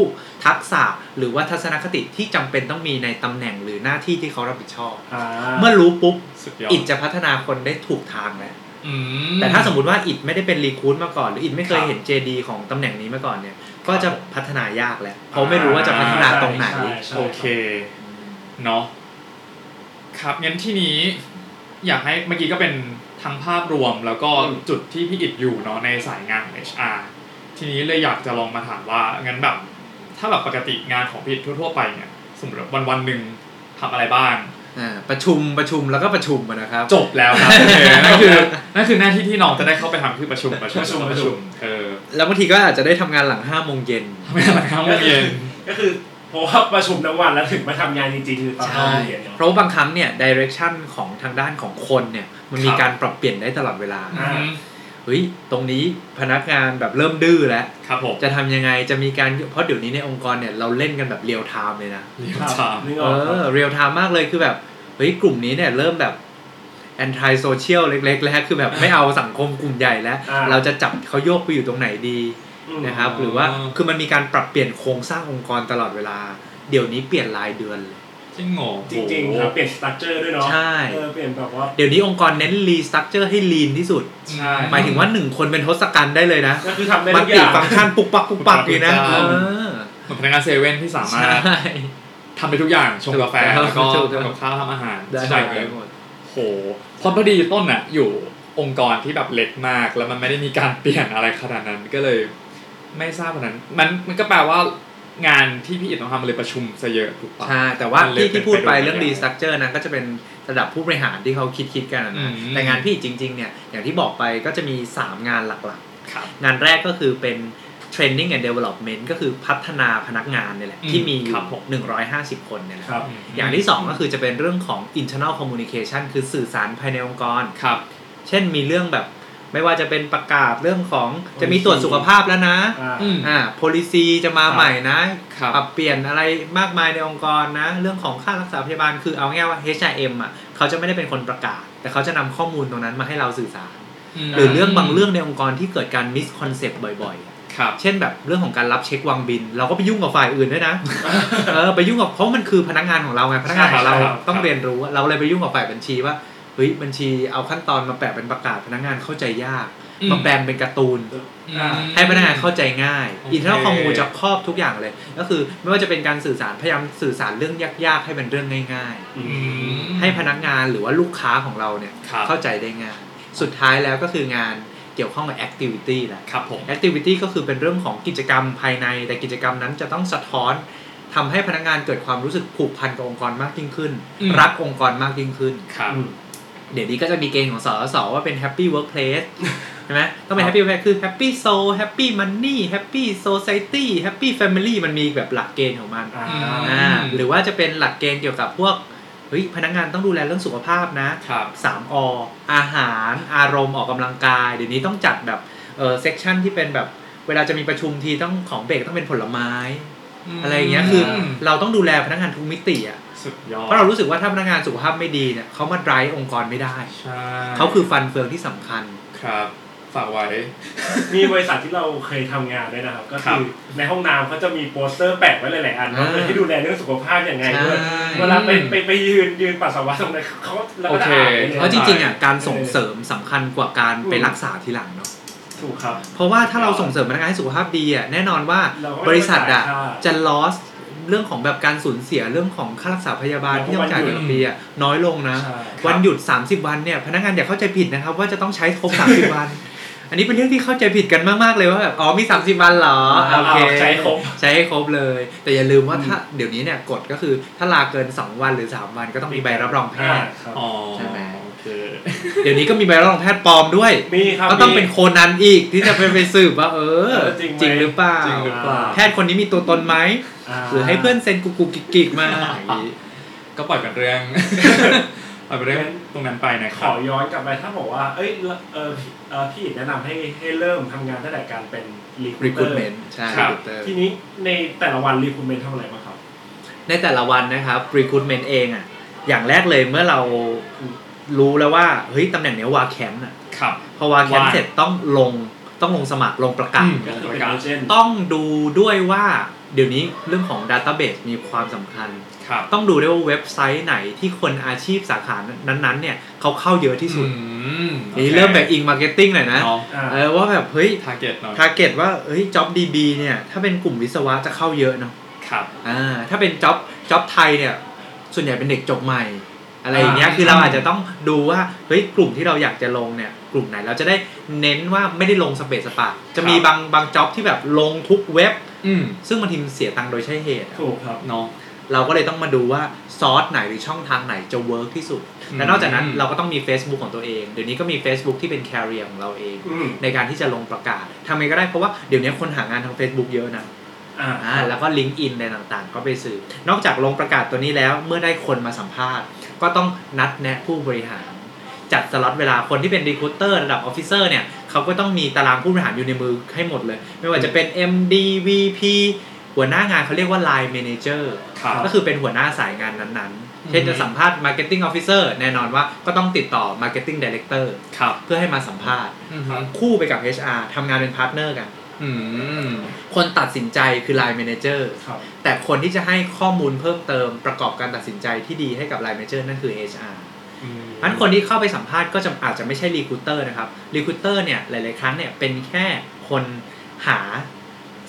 ทักษะหรือว่าทัศนคติที่จำเป็นต้องมีในตำแหน่งหรือหน้าที่ที่เขารับผิดชอบ
อ่า
เมื่อรู้ปุ๊บ
สุดยอด
อิดจะพัฒนาคนได้ถูกทางแหละ
อื
แต่ถ้าสมมติว่าอิดไม่ได้เป็นรีคูดมาก่อน หรืออิดไม่เคย
ครับ
เห็น JD ของตำแหน่งนี้มาก่อนเนี่ย ก็จะพัฒนายากแหละเพราะ
อ่า
ไม่รู้ว่าจะพัฒนาตรงไหน
ใช่ใช่
โอเค เนาะครับงั้นที่นี้อยากให้เมื่อกี้ก็เป็นทั้งภาพรวมแล้วก็
อืม
จุดที่พี่อิดอยู่เนาะในสายงานของ HR ทีนี้เลยอยากจะลองมาถามว่างั้นแบบ ถ้าแบบปกติงานของพี่อิดทั่ว ๆ ไปเนี่ย สมมติวันวันๆหนึ่งทำอะไรบ้าง
อ่าประชุมประชุมแล้วก็ประชุมอะนะครับ
จบแล้วครับ โอเคนั่นคือนั่นคือหน้าที่ที่น้องจะได้เข้าไปทำคือประชุมประชุม
ประชุม
ประชุมเออ
แล้วบางทีก็อาจจะได้ทำงานหลังห้าโมงเย็น
ทำไมล่ะครับเมื่อเย็น
ก็คือเพราะว่าประชุมทั้งวันแล้วถึงมาทำงานจริงๆคือตอนห้า
ใช่
โมงเย็นเนาะ
เพราะว่าบางครั้งเนี่ยดิเรกชันของทางด้านของคนเนี่ยมันมี
ครับ
การปรับเปลี่ยนได้ตลอดเวลา
อ่า
เฮ้ย ตรงนี้พนักงานแบบเริ่มดื้อแล้ว
ครับผม
จะทำยังไงจะมีการเพราะเดี๋ยวนี้ในองค์กรเนี่ยเราเล่นกันแบบเรียลไทม์เลยนะ
เรียน
ครับ
ถาม
นึก
เอ
ออกค
อ
รับ
เรียลไทม์มากเลยคือแบบ เฮ้ย กลุ่มนี้เนี่ยเริ่มแบบแอนตี้โซเชียลเล็กๆ แล้วคือแบบไม่เอาสังคมกลุ่มใหญ่แล้ว
อ่า
เราจะจับเขาโยกไปอยู่ตรงไหนดี
อืม
นะครับ
อ๋อ
หรือว่าคือมันมีการปรับเปลี่ยนโครงสร้างองค์กรตลอดเวลา เดี๋ยวนี้เปลี่ยนรายเดือนเลย
จริงเหรอ
จริงๆครับเปลี่ยนสตั๊กเจอร์ด้วยเนาะ
ใช่
เออเปลี่ยนแบบว่า
เดี๋ยวนี้องค์กรเน้นรีสตั u เจอร์ให้ลีนที่สุด
ใช่
หมายถึงว่าหนึ่งคนเป็นทศกัณฐ์ได้เลยนะ
ก็คือทำได้
มั
ทุกอ
นติ
ย่าง
ฟังก์ชันปุกปักปุกปักเลยนะ
ถูต้อ
เอก
ง
อ
เหมือนพนักงานเซเว่นที่สา
ใช
มารถ
่
ทำไปทุกอย่างชง กาแฟ
ถูกต้อง
แล้วก็
ถูกต้อ
ทำ
ง
กับข้าวทำอาหาร
ได้
ใช่เล
ได้
ย
หมด
โหเพราะพอดีต้นน่ะอยู่ องค์กรที่แบบเล็กมาก แล้วมันไม่ได้มีการเปลี่ยนอะไรขนาดนั้นก็เลยไม่ทราบขนาดนั้นมันมันก็แปลว่างานที่พี่อิดต้องทำมันเลยประชุมซะเยอะถูกปะ
ใช่แต่ว่า
เลย
ที่ที่พูดไป
เป็นไปได้
เรื่องดีสต r u เจอร์นั้นก็จะเป็นระดับผู้บริหารที่เขาคิดคิดๆกันอะนะ
อืม
แต่งานพี่จริง ๆ เนี่ย อย่างที่บอกไปก็จะมี 3 งานหลัก
ครับ
ๆ งานแรกก็คือเป็น Training and Development ก็คือพัฒนาพนักงานเนี่ยแหละ
อืม
ที่มีอ
ครั
ยู่
บผม
150 คนเนี่ยแหละ
ครับ
อย่างที่ 2 ก็คือจะเป็นเรื่องของ internal communication คือสื่อสารภายในองค์กร
ครับ
เช่นมีเรื่องแบบไม่ว่าจะเป็นประกาศเรื่องของจะมีตรวจสุขภาพแล้วนะ
อ่า
อืม
อ่า policy จะมาใหม่นะ
ครับ
ปรับเปลี่ยนอะไรมากมายในองค์กรนะ เรื่องของค่ารักษาพยาบาลคือเอาง่ายๆว่า HRM อ่ะเขาจะไม่ได้เป็นคนประกาศ แต่เขาจะนำข้อมูลตรงนั้นมาให้เราสื่อสาร หรือเรื่องบางเรื่องในองค์กรที่เกิดการมิสคอนเซปต์บ่อยๆอะ
ครับ
เช่นแบบเรื่องของการรับเช็ควางบิน เราก็ไปยุ่งกับฝ่ายอื่นด้วยนะ เออไปยุ่งกับเพราะมันคือพนักงานของเราไงพนักงานของเรา
ใช่ครับ
ต้องเรียนรู้อะเราเลยไปยุ่งกับฝ่ายบัญชีว่าเฮ้ยบัญชีเอาขั้นตอนมาแปะเป็นประกาศพนักงานเข้าใจยากมาแปลงเป็นการ์ตูน
อืม
อ่า
ให้พนักงานเข้าใจง่าย
โอเค
อินเทอร์คอมมูจะครอบทุกอย่างเลย ก็คือไม่ว่าจะเป็นการสื่อสารพยายามสื่อสารเรื่องยากๆ ให้เป็นเรื่องง่าย
อื
อื
ม
ม
ๆ ให้พนักงานหรือว่าลูกค้าของเราเนี่ย
ครับ
เข้าใจได้ง่าย สุดท้ายแล้วก็คืองานเกี่ยวข้องกับแอคทิวิตี้แหละ
ครับผม
แอคทิวิตี้ก็คือเป็นเรื่องของกิจกรรมภายใน แต่กิจกรรมนั้นจะต้องสะท้อนทำให้พนักงานเกิดความรู้สึกผูกพันกับองค์กรมากยิ่งขึ้น
อืม
รักองค์กรมากยิ่งขึ้น
ครับ
อืม
เดี๋ยวนี้ก็จะมีเกณฑ์ของสสว่าเป็น Happy Workplace ใช่ไหมต้องเป็น Happy Workplace คือ Happy Soul Happy Money Happy Society Happy Family มันมีแบบหลักเกณฑ์ของมัน
อ่า
อ่าหรือว่าจะเป็นหลักเกณฑ์เกี่ยวกับพวกเฮ้ยพนักงานต้องดูแลเรื่องสุขภาพนะ
ครับ
สามออาหารอารมณ์ออกกำลังกาย เดี๋ยวนี้ต้องจัดแบบเออเซกชันที่เป็นแบบเวลาจะมีประชุมทีต้องของเบรกต้องเป็นผลไม้ อะไรอย่างเงี้ยคือ
ม
เราต้องดูแลพนักงานทุกมิติอ่ะ
สุดยอด
เพราะเรารู้สึกว่าถ้าพนักงานสุขภาพไม่ดีเนี่ยเขามาไดรฟ์องค์กรไม่ได้
ใช่
เขาคือฟันเฟืองที่สำคัญ
ครับ ฝากไว้
มีบริษัทที่เราเคยทำงานด้วยนะครับ ก็
ครั
คื
บ
อในห้องน้ำเขาจะมีโปสเตอร์แปะไว้หลายๆอัน
อ่า
ว่าเออให้ดูแลเรื่องสุขภาพยังไงด้วย
ใช่
เวลาไปไปไปยืนยืนปัสสาวะตรงนั้นเขาเราก็จะอ่านไปเลย
เพราะจริงๆอ่ะการส่งเสริมสำคัญกว่าการไปรักษาทีหลังเนาะ
ถูกครับ
เพราะว่าถ้าเราส่งเสริมพนักงานให้สุขภาพดีอ่ะแน่นอนว่า
เราก็ไม่
บริษัทอ่ะ
จ่ายค่า
จะ loss เรื่องของแบบการสูญเสียเรื่องของค่ารักษาพยาบาล
แล้วก็
ที่ต้องจ่าย
วันหยุด
แต่ละปีอ่ะน้อยลงนะ
ใช่
วันหยุด 30 วันเนี่ยพนักงานอย่าเข้าใจผิดนะครับ ว่าจะต้องใช้ครบ 30 วัน อันนี้เป็นเรื่องที่เข้าใจผิดกันมากๆเลยว่าแบบอ๋อมี 30 วันเหรอโอเค
าใช้ครบ
ใช้ให้ครบเลย แต่อย่าลืมว่าถ้าเดี๋ยวนี้เนี่ยกฎก็คือถ้าลาเกิน 2 วันหรือ 3 วันก็ต้องมีใบรับรองแพ
อ่า
ทย์
ครับ
อ๋อ
ใช่ไหม
โอเค
เดี๋ยวนี้ก็มีใบรับรองแพทย์ปลอมด้วย
มีครับ
ก็ต้องเป็น
มี
โคนันอีกที่จะไปไปสืบว่าเออ
เออจริงไหม
จริงหรือเปล่า
จริงหรือเปล่า
แพทย์คนนี้มีตัวตนไหม
า
หรือให้เพื่อนเซ็นกุกกุกกิกกิกมาอย่างนี้
ก็ปล่อยเป็นเรื่อง ปล่อยเป็นเรื่องตรงนั้นไปนะค
ข
รั
อบ ย้อนกลับไปถ้าบอกว่า เอ้ยเออพี่เอ่อพี่แนะนำให้ให้เริ่มทำงานตั้งแต่การเป็นรีคูเตอร์
recruitment ใช่
ครับ
recruiter
ทีนี้ในแต่ละวันรีคูเมนทำอะไรบ้างครับ
ในแต่ละวันนะครับ recruitment เองอ่ะ อย่างแรกเลยเมื่อเรารู้แล้วว่า เฮ้ยตำแหน่งเนี้ยวาแคมป์อ่ะ
ครับ
พอวาแคมป์
ว่า
เสร็จต้องลงต้องลงสมัครลงประกาศ
อืม
ก็คือเป็นเอเจนต์
ต้องดูด้วยว่าเดี๋ยวนี้เรื่องของ database มีความสำคัญ
ครับ
ต้องดูด้วยว่าเว็บไซต์ไหนที่คนอาชีพสาขานั้นๆเนี่ยเขาเข้าเยอะที่สุด
อืม
นี่เริ่มแบบอิงมาร์เก็ตติ้งหน่อยนะ
เนาะ
อ่า
เออว่าแบบเฮ้ย
ทาร์เก็ตเนาะ
ทาร์เก็ตว่าเฮ้ยจ็อบดีบีเนี่ย ถ้าเป็นกลุ่มวิศวะจะเข้าเยอะเนาะ
ครับ
อ่าถ้าเป็นจ็อบจ็อบไทยเนี่ย ส่วนใหญ่เป็นเด็กจบใหม่ อะไรอย่างเงี้ย
อ่า
คือเราอาจจะต้องดูว่าเฮ้ยกลุ่มที่เราอยากจะลงเนี่ย กลุ่มไหนเราจะได้เน้นว่าไม่ได้ลงสเปซสปะจะมีบางบางจ็อบที่แบบลงทุกเว็บ
อืม
ซึ่งบางทีมันเสียตังค์โดยใช่เหตุอะ
ถูกครับ
เนาะ
เราก็เลยต้องมาดูว่าซอสไหนหรือช่องทางไหนจะเวิร์กที่สุดและนอกจากนั้นเราก็ต้องมี Facebook ของตัวเองเดี๋ยวนี้ก็มี Facebook ที่เป็นแคริเอของเราเอง
อืม
ในการที่จะลงประกาศทำไงก็ได้เพราะว่าเดี๋ยวนี้คนหางานทาง Facebook เยอะนะ
อ่า
อ่าแล้วก็ลิงก์อินอะไรต่างๆ ก็ไปสืบนอกจากลงประกาศตัวนี้แล้วเมื่อได้คนมาสัมภาษณ์ ก็ต้องนัดแนะผู้บริหาร จัดสล็อตเวลาคนที่เป็นรีคูเตอร์ระดับออฟฟิเซอร์เนี่ยเขาก็ต้องมีตารางผู้บริหารอยู่ในมือให้หมดเลย ไม่ว่าจะเป็น MD VP หัวหน้างานเขาเรียกว่า Line Manager
ครับ
ก็คือเป็นหัวหน้าสายงานนั้น
อื
ๆ
ม
เช่นจะสัมภาษณ์ Marketing Officer แน่นอนว่าก็ต้องติดต่อ Marketing Director
ครับ
เพื่อให้มาสัมภาษณ์
อืมฮะ
คู่ไปกับ HR ทำงานเป็นพาร์ทเนอร์กัน
อืม
คนตัดสินใจคือ Line Manager
ครับ
แต่คนที่จะให้ข้อมูลเพิ่มเติมประกอบการตัดสินใจที่ดีให้กับ Line Manager นั่นคือ HR
อืม
นั้นคนที่เข้าไปสัมภาษณ์ก็จะอาจจะไม่ใช่ Recruiter นะครับ Recruiter เนี่ยหลาย ๆ ครั้งเนี่ยเป็นแค่คนหา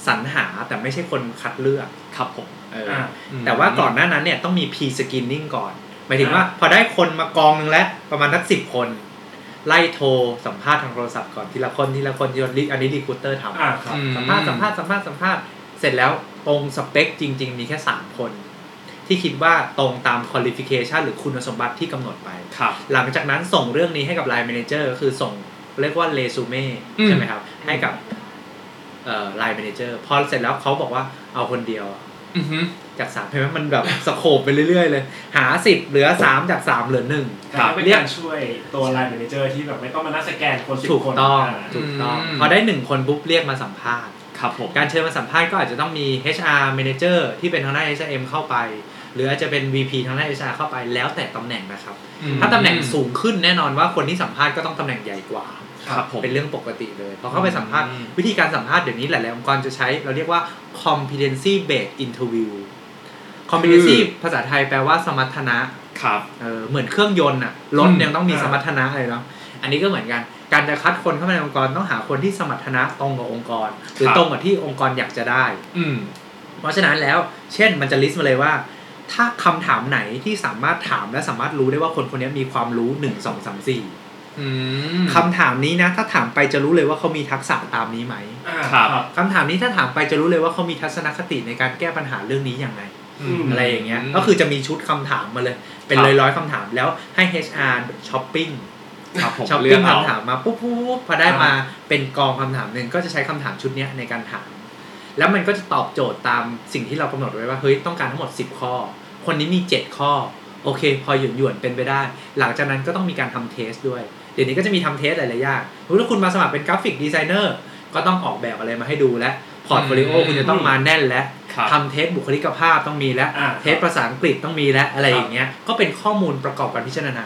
สรรหาแต่ไม่ใช่คนคัดเลือก
ครับผม
เอออา แต่ว่าก่อนหน้านั้นเนี่ยต้องมี P screening ก่อน หมายถึงว่า
อ่า
พอได้คนมากองนึงแล้วประมาณสักสิบคน ไล่โทรสัมภาษณ์ทางโทรศัพท์ก่อนทีละคนทีละคนทีละคนอันนี้ดีคูเตอร์ทำ
อ่าครับ
อืม
สัมภาษณ์สัมภาษณ์สัมภาษณ์สัมภาษณ์เสร็จแล้วตรงสเปคจริง ๆ มีแค่สามคน ที่คิดว่าตรงตามคุณลิฟิเคชันหรือคุณสมบัติที่กำหนดไป
ครับ
หลังจากนั้นส่งเรื่องนี้ให้กับไลน์แมเนเจอร์ก็คือส่งเรียกว่าเรซูเม่
อืม
ใช่ไหมครับ ให้กับไลน์แมเนเจอร์พอเสร็จแล้วเขาบอกว่าเอาคนเดียว
อือฮึ
จากสามเห็นไหมมันแบบสโคบไปเรื่อย ๆ เลย หาสิบเหลือสามจากสามเหลือหนึ่ง
ครับ
แต่ก็เป็นการช่วยตัวไลน์แมเนเจอร์ที่แบบไม่ต้องมานั่งสแกนคนสิบ
ถูก
คน
ต้อง
า
ถูกต้อง
อืม
พอได้หนึ่งคนปุ๊บเรียกมาสัมภาษณ์
ครับผม
การเชิญมาสัมภาษณ์ก็อาจจะต้องมี HR manager ที่เป็นทางด้าน HRM เข้าไป หรืออาจจะเป็น VP ทางด้าน HR เข้าไปแล้วแต่ตำแหน่งนะครับ
อืม
ถ้าตำแหน่งสูงขึ้นแน่นอนว่าคนที่สัมภาษณ์ก็ต้องตำแหน่งใหญ่กว่า
ครับผม
เป็นเรื่องปกติเลยพอเข้าไปสัมภาษณ์
อืม
วิธีการสัมภาษณ์เดี๋ยวนี้หลายๆองค์กรจะใช้เราเรียกว่า competency based interview competency ภาษาไทยแปลว่าสมรรถนะ
ครับ
เออเหมือนเครื่องยนต์อะรถ
อืม
ยังต้องมี
อ่า
สมรรถนะเลยเนาะอันนี้ก็เหมือนกัน การจะคัดคนเข้ามาในองค์กรต้องหาคนที่สมรรถนะตรงกับองค์กร หรือตรงกับที่องค์กรอยากจะได้
อืม
เพราะฉะนั้นแล้ว เช่นมันจะลิสต์มาเลยว่า ถ้าคำถามไหนที่สามารถถามและสามารถรู้ได้ว่าคนคนนี้มีความรู้ 1 2 3
อืม
4คำถามนี้นะ ถ้าถามไปจะรู้เลยว่าเขามีทักษะตามนี้ไหม
อ่า
ครับ
คำถามนี้ถ้าถามไปจะรู้เลยว่าเขามีทัศนคติในการแก้ปัญหาเรื่องนี้ยังไง
ม
อะไรอย่างเงี้ย ก็คือจะมีชุดคำถามมาเลย เป็น
ครั
ร้อบ ยร้อยๆคำถามแล้วให้ HR ช้อปปิ้ง
ครับผม
ช้อป
เลื
ปิ้
อก
ง
เอา
คำถามมาปุ๊บปุ๊บปุ๊บพอได้
อ่าม
มาเป็นกองคำถามหนึ่งก็จะใช้คำถามชุดเนี้ยในการถาม แล้วมันก็จะตอบโจทย์ตามสิ่งที่เรากำหนดไว้ว่าเฮ้ยต้องการทั้งหมด 10 ข้อ คนนี้มี 7 ข้อ โอเค พอหยวนหยวนๆเป็นไปได้ หลังจากนั้นก็ต้องมีการทำเทสด้วย เดี๋ยวนี้ก็จะมีทำเทสหลายๆอย่างสมมุติถ้าคุณมาสมัครเป็นกราฟิกดีไซเนอร์ก็ต้องออกแบบอะไรมาให้ดูและพอร์ตโฟลิโอคุณจะต้องมาแน่นและ
ครับ
ทำเทสบุคลิกภาพต้องมีแล้ว
อ่า
เทสภาษาอังกฤษต้องมีแล้วอะไรอย่างเงี้ยก็เป็นข้อมูลประกอบการพิจารณา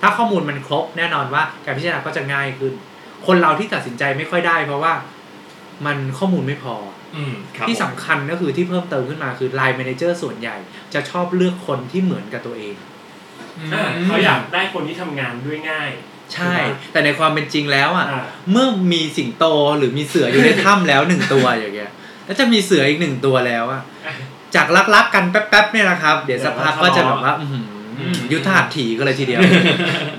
ถ้าข้อมูลมันครบแน่นอนว่าการพิจารณาก็จะง่ายขึ้น คนเราที่ตัดสินใจไม่ค่อยได้ เพราะว่ามันข้อมูลไม่พอ
อืมครับ
ที่
ผม
สำคัญก็คือที่เพิ่มเติมขึ้นมาคือไลน์แมเนเจอร์ส่วนใหญ่ จะชอบเลือกคนที่เหมือนกับตัวเอง
อ่าม เขาอยากได้คนที่ทำงานด้วยง่าย
ใช่ แต่ในความเป็นจริงแล้วอ่ะ
อ่า
เมื่อมีสิงโตหรือมีเสืออยู่ในถ้ำแล้วหนึ่งตัวอย่างเงี้ยแล้วจะมีเสืออีกหนึ่งตัวแล้วอ่ะ จากรักๆกันแป๊บๆเนี่ยนะครับ เดี๋ยวสักพักก็จะแบบว่าอื้อหือ
อืม
ยุทธหัตถีก็เลยทีเดียว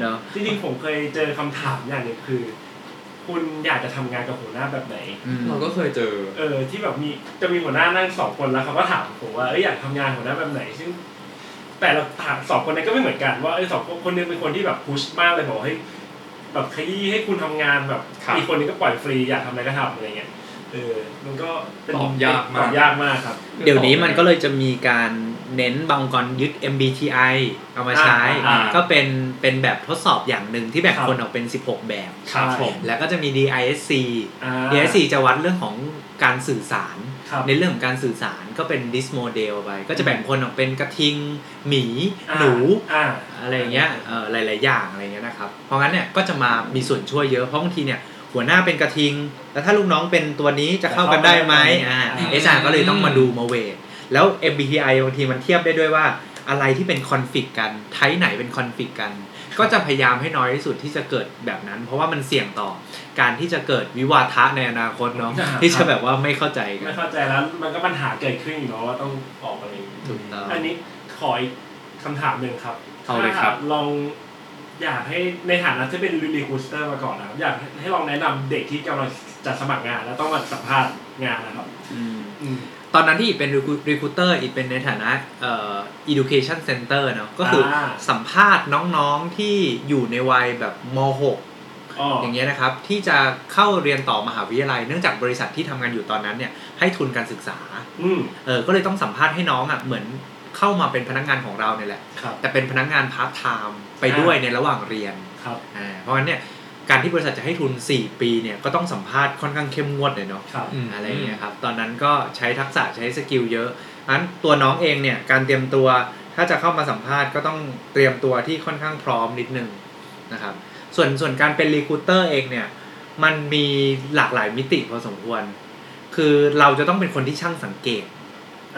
เนาะ
จริงๆผมเคยเจอคำถามอย่างหนึ่งคือ คุณอยากจะทำงานกับหัวหน้าแบบไหน
อืม
เราก็เคยเจอ
เออที่แบบมีจะมีหัวหน้านั่งสองคนแล้วเขาก็ถามผมว่าเอยอยากทำงานหัวหน้าแบบไหน ซึ่ง แต่ละถามสองคนนั้นก็ไม่เหมือนกันว่าเออสองคนคนหนึงเป็นคนที่แบบพุชมากเลยบอกให้ยแบบขยี้ให้คุณทำงานแบบ
ครับ
อีกคนนึงก็ปล่อยฟรีอยากทำอะไรก็ทำอะไรเงี้ยเออมันก็เป็น
ตอบยากมาก
ตอบยากมากครับ
เดี๋ยวนี้มันก็เลยจะมีการเน้นบางองค์กรยึด MBTI เอามาใช้
อ่าอ่า
ก็เป็นเป็นแบบทดสอบอย่างหนึ่งที่แบ่ง
ครับ
คนออกเป็น 16 แบบ
ครับผม
แล้วก็จะมี DISC
อ่า
DISC จะวัดเรื่องของการสื่อสาร
ครับ
ในเรื่องของการสื่อสารก็เป็น DIS model ไป ก็จะแบ่งคนออกเป็นกระทิง หมี
อ่า
หนู
อ่า
อะไรอย่างเงี้ยเอ่อหลาย ๆ อย่างอะไรเงี้ยนะครับ เพราะงั้นเนี่ยก็จะมามีส่วนช่วยเยอะ เพราะบางทีเนี่ยหัวหน้าเป็นกระทิง แล้วถ้าลูกน้องเป็นตัวนี้จะเข้ากันได้ไหมอ่า
อืม
เอชอาร์ก็เลยต้องมาดูมาเวทแล้ว MBTI บางทีมันเทียบได้ด้วยว่าอะไรที่เป็นคอนฟ lict กัน ไทป์ไหนเป็นคอนฟ lict กัน ก็จะพยายามให้น้อยที่สุดที่จะเกิดแบบนั้น เพราะว่ามันเสี่ยงต่อการที่จะเกิดวิวาทะในอนาคตเนาะที่จะแบบว่าไม่เข้าใจกั
ไม่
น
เข้าใจแล้วมันก็ปัญหาเกิดขึ้นอยู่เนาะว่าต้องออกอะไรอย่างงี้
ถูกต้อง
อันนี้ขออีกคำถามหนึ่งครับ
เอาเลยครับ
ถ้าลองอยากให้ในฐานะที่เป็นรีคูสเตอร์มาก่อนนะครับอยากให้ลองแนะนำเด็กที่กำลังจะสมัครงาน แล้วต้องมาสัมภาษณ์งานนะครับ อืม
ตอนนั้นที่อีกเป็น recruit- recruiter อีกเป็นในฐานะเอ่อ education center เนอะก็คืออา สัมภาษณ์น้องๆที่อยู่ในวัยแบบม .6
อ๋ออ
อย่างเงี้ยนะครับ ที่จะเข้าเรียนต่อมหาวิทยาลัย เนื่องจากบริษัทที่ทำงานอยู่ตอนนั้นเนี่ยให้ทุนการศึกษา
อืม
เออก็เลยต้องสัมภาษณ์ให้น้องอ่ะเหมือนเข้ามาเป็นพนักงานของเราเนี่ยแหละ
ครับ
แต่เป็นพนักงานพาร์ทไทม์ไปด้วยในระหว่างเรียน
ครับ
อ่าเพราะงั้นเนี่ยการที่บริษัทจะให้ทุน 4 ปีเนี่ยก็ต้องสัมภาษณ์ค่อนข้างเข้มงวดเลยเนาะ
ครับ
อืม
อะไรอย่างเงี้ยครับ ตอนนั้นก็ใช้ทักษะใช้สกิลเยอะงั้นตัวน้องเองเนี่ย การเตรียมตัวถ้าจะเข้ามาสัมภาษณ์ก็ต้องเตรียมตัวที่ค่อนข้างพร้อมนิดนึงนะครับ ส่วนส่วนการเป็นรีคูเตอร์เองเนี่ย มันมีหลากหลายมิติพอสมควร คือเราจะต้องเป็นคนที่ช่างสังเกต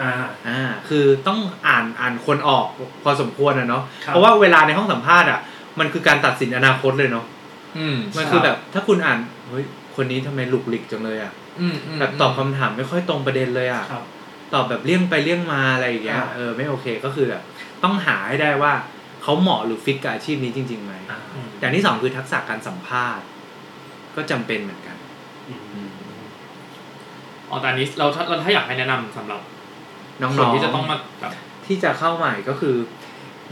อ่า
อ่า คือต้องอ่านอ่านคนออกพอสมควรนะเนาะ
ครับ
เพราะว่าเวลาในห้องสัมภาษณ์อ่ะ มันคือการตัดสินอนาคตเลยเนาะ
อืม
มันคือแบบถ้าคุณอ่าน เฮ้ย คนนี้ทำไมหลุกหลิกจังเลยอ่ะ
อืมม
แบบตอบคำถามไม่ค่อยตรงประเด็นเลยอ่ะ
ครับ
ตอบแบบเลี่ยงไปเลี่ยงมาอะไรอย่างเงี้ย
อ่า
เออไม่โอเคก็คือแบบต้องหาให้ได้ว่า เขาเหมาะหรือฟิตกับอาชีพนี้จริงๆไหมอย่างที่สองคือทักษะการสัมภาษณ์ ก็จำเป็นเหมือนกัน
อืม
อืม
อ๋อแต่อันนี้เราถ้าเราถ้าอยากให้แนะนำสำหรับ
น้
คน
องๆ
ที่จะต้องมาแบบ
ที่จะเข้าใหม่ก็คือ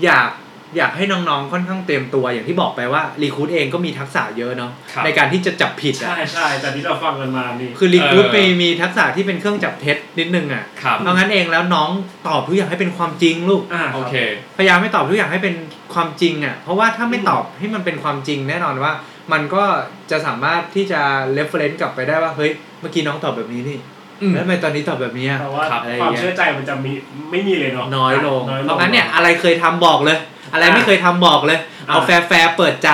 อยากอยากให้น้องๆ ค่อนข้างเตรียมตัวอย่างที่บอกไปว่ารีคูดเองก็มีทักษะเยอะเนาะในการที่จะจับผิด
ใช่
อ่ะ
ใช่แต่ที่เราฟังกันมานี่
คือรีคูดไปมีทักษะที่เป็นเครื่องจับเท็จนิดนึงอ่ะ
ครับ
เอางั้นเองแล้วน้องตอบทุกอย่างให้เป็นความจริงลูก
อ่า
โอเค
พยายามไม่ตอบทุกอย่างให้เป็นความจริงอ่ะเพราะว่าถ้าไม่ตอบให้มันเป็นความจริงแน่นอนว่า มันก็จะสามารถที่จะเ e ฟเ e น c ์กลับไปได้ว่าเฮ้ยเมื่อกี้น้องตอบแบบนี้นี่
อืม
แล้วทำไมตอนนี้ตอบแบบนี้อะ
แต่ว่า
ครับ
ความเชื่อใจมันจะมีไม่มีเลยเนาะ
น้อยลง
น้อยลง
เพราะงั้นเนี่ยอะไรเคยทำบอกเลย อะไรไม่เคยทำบอกเลย เอา
อ่ะ
แฟร์แฟร์เปิดใจ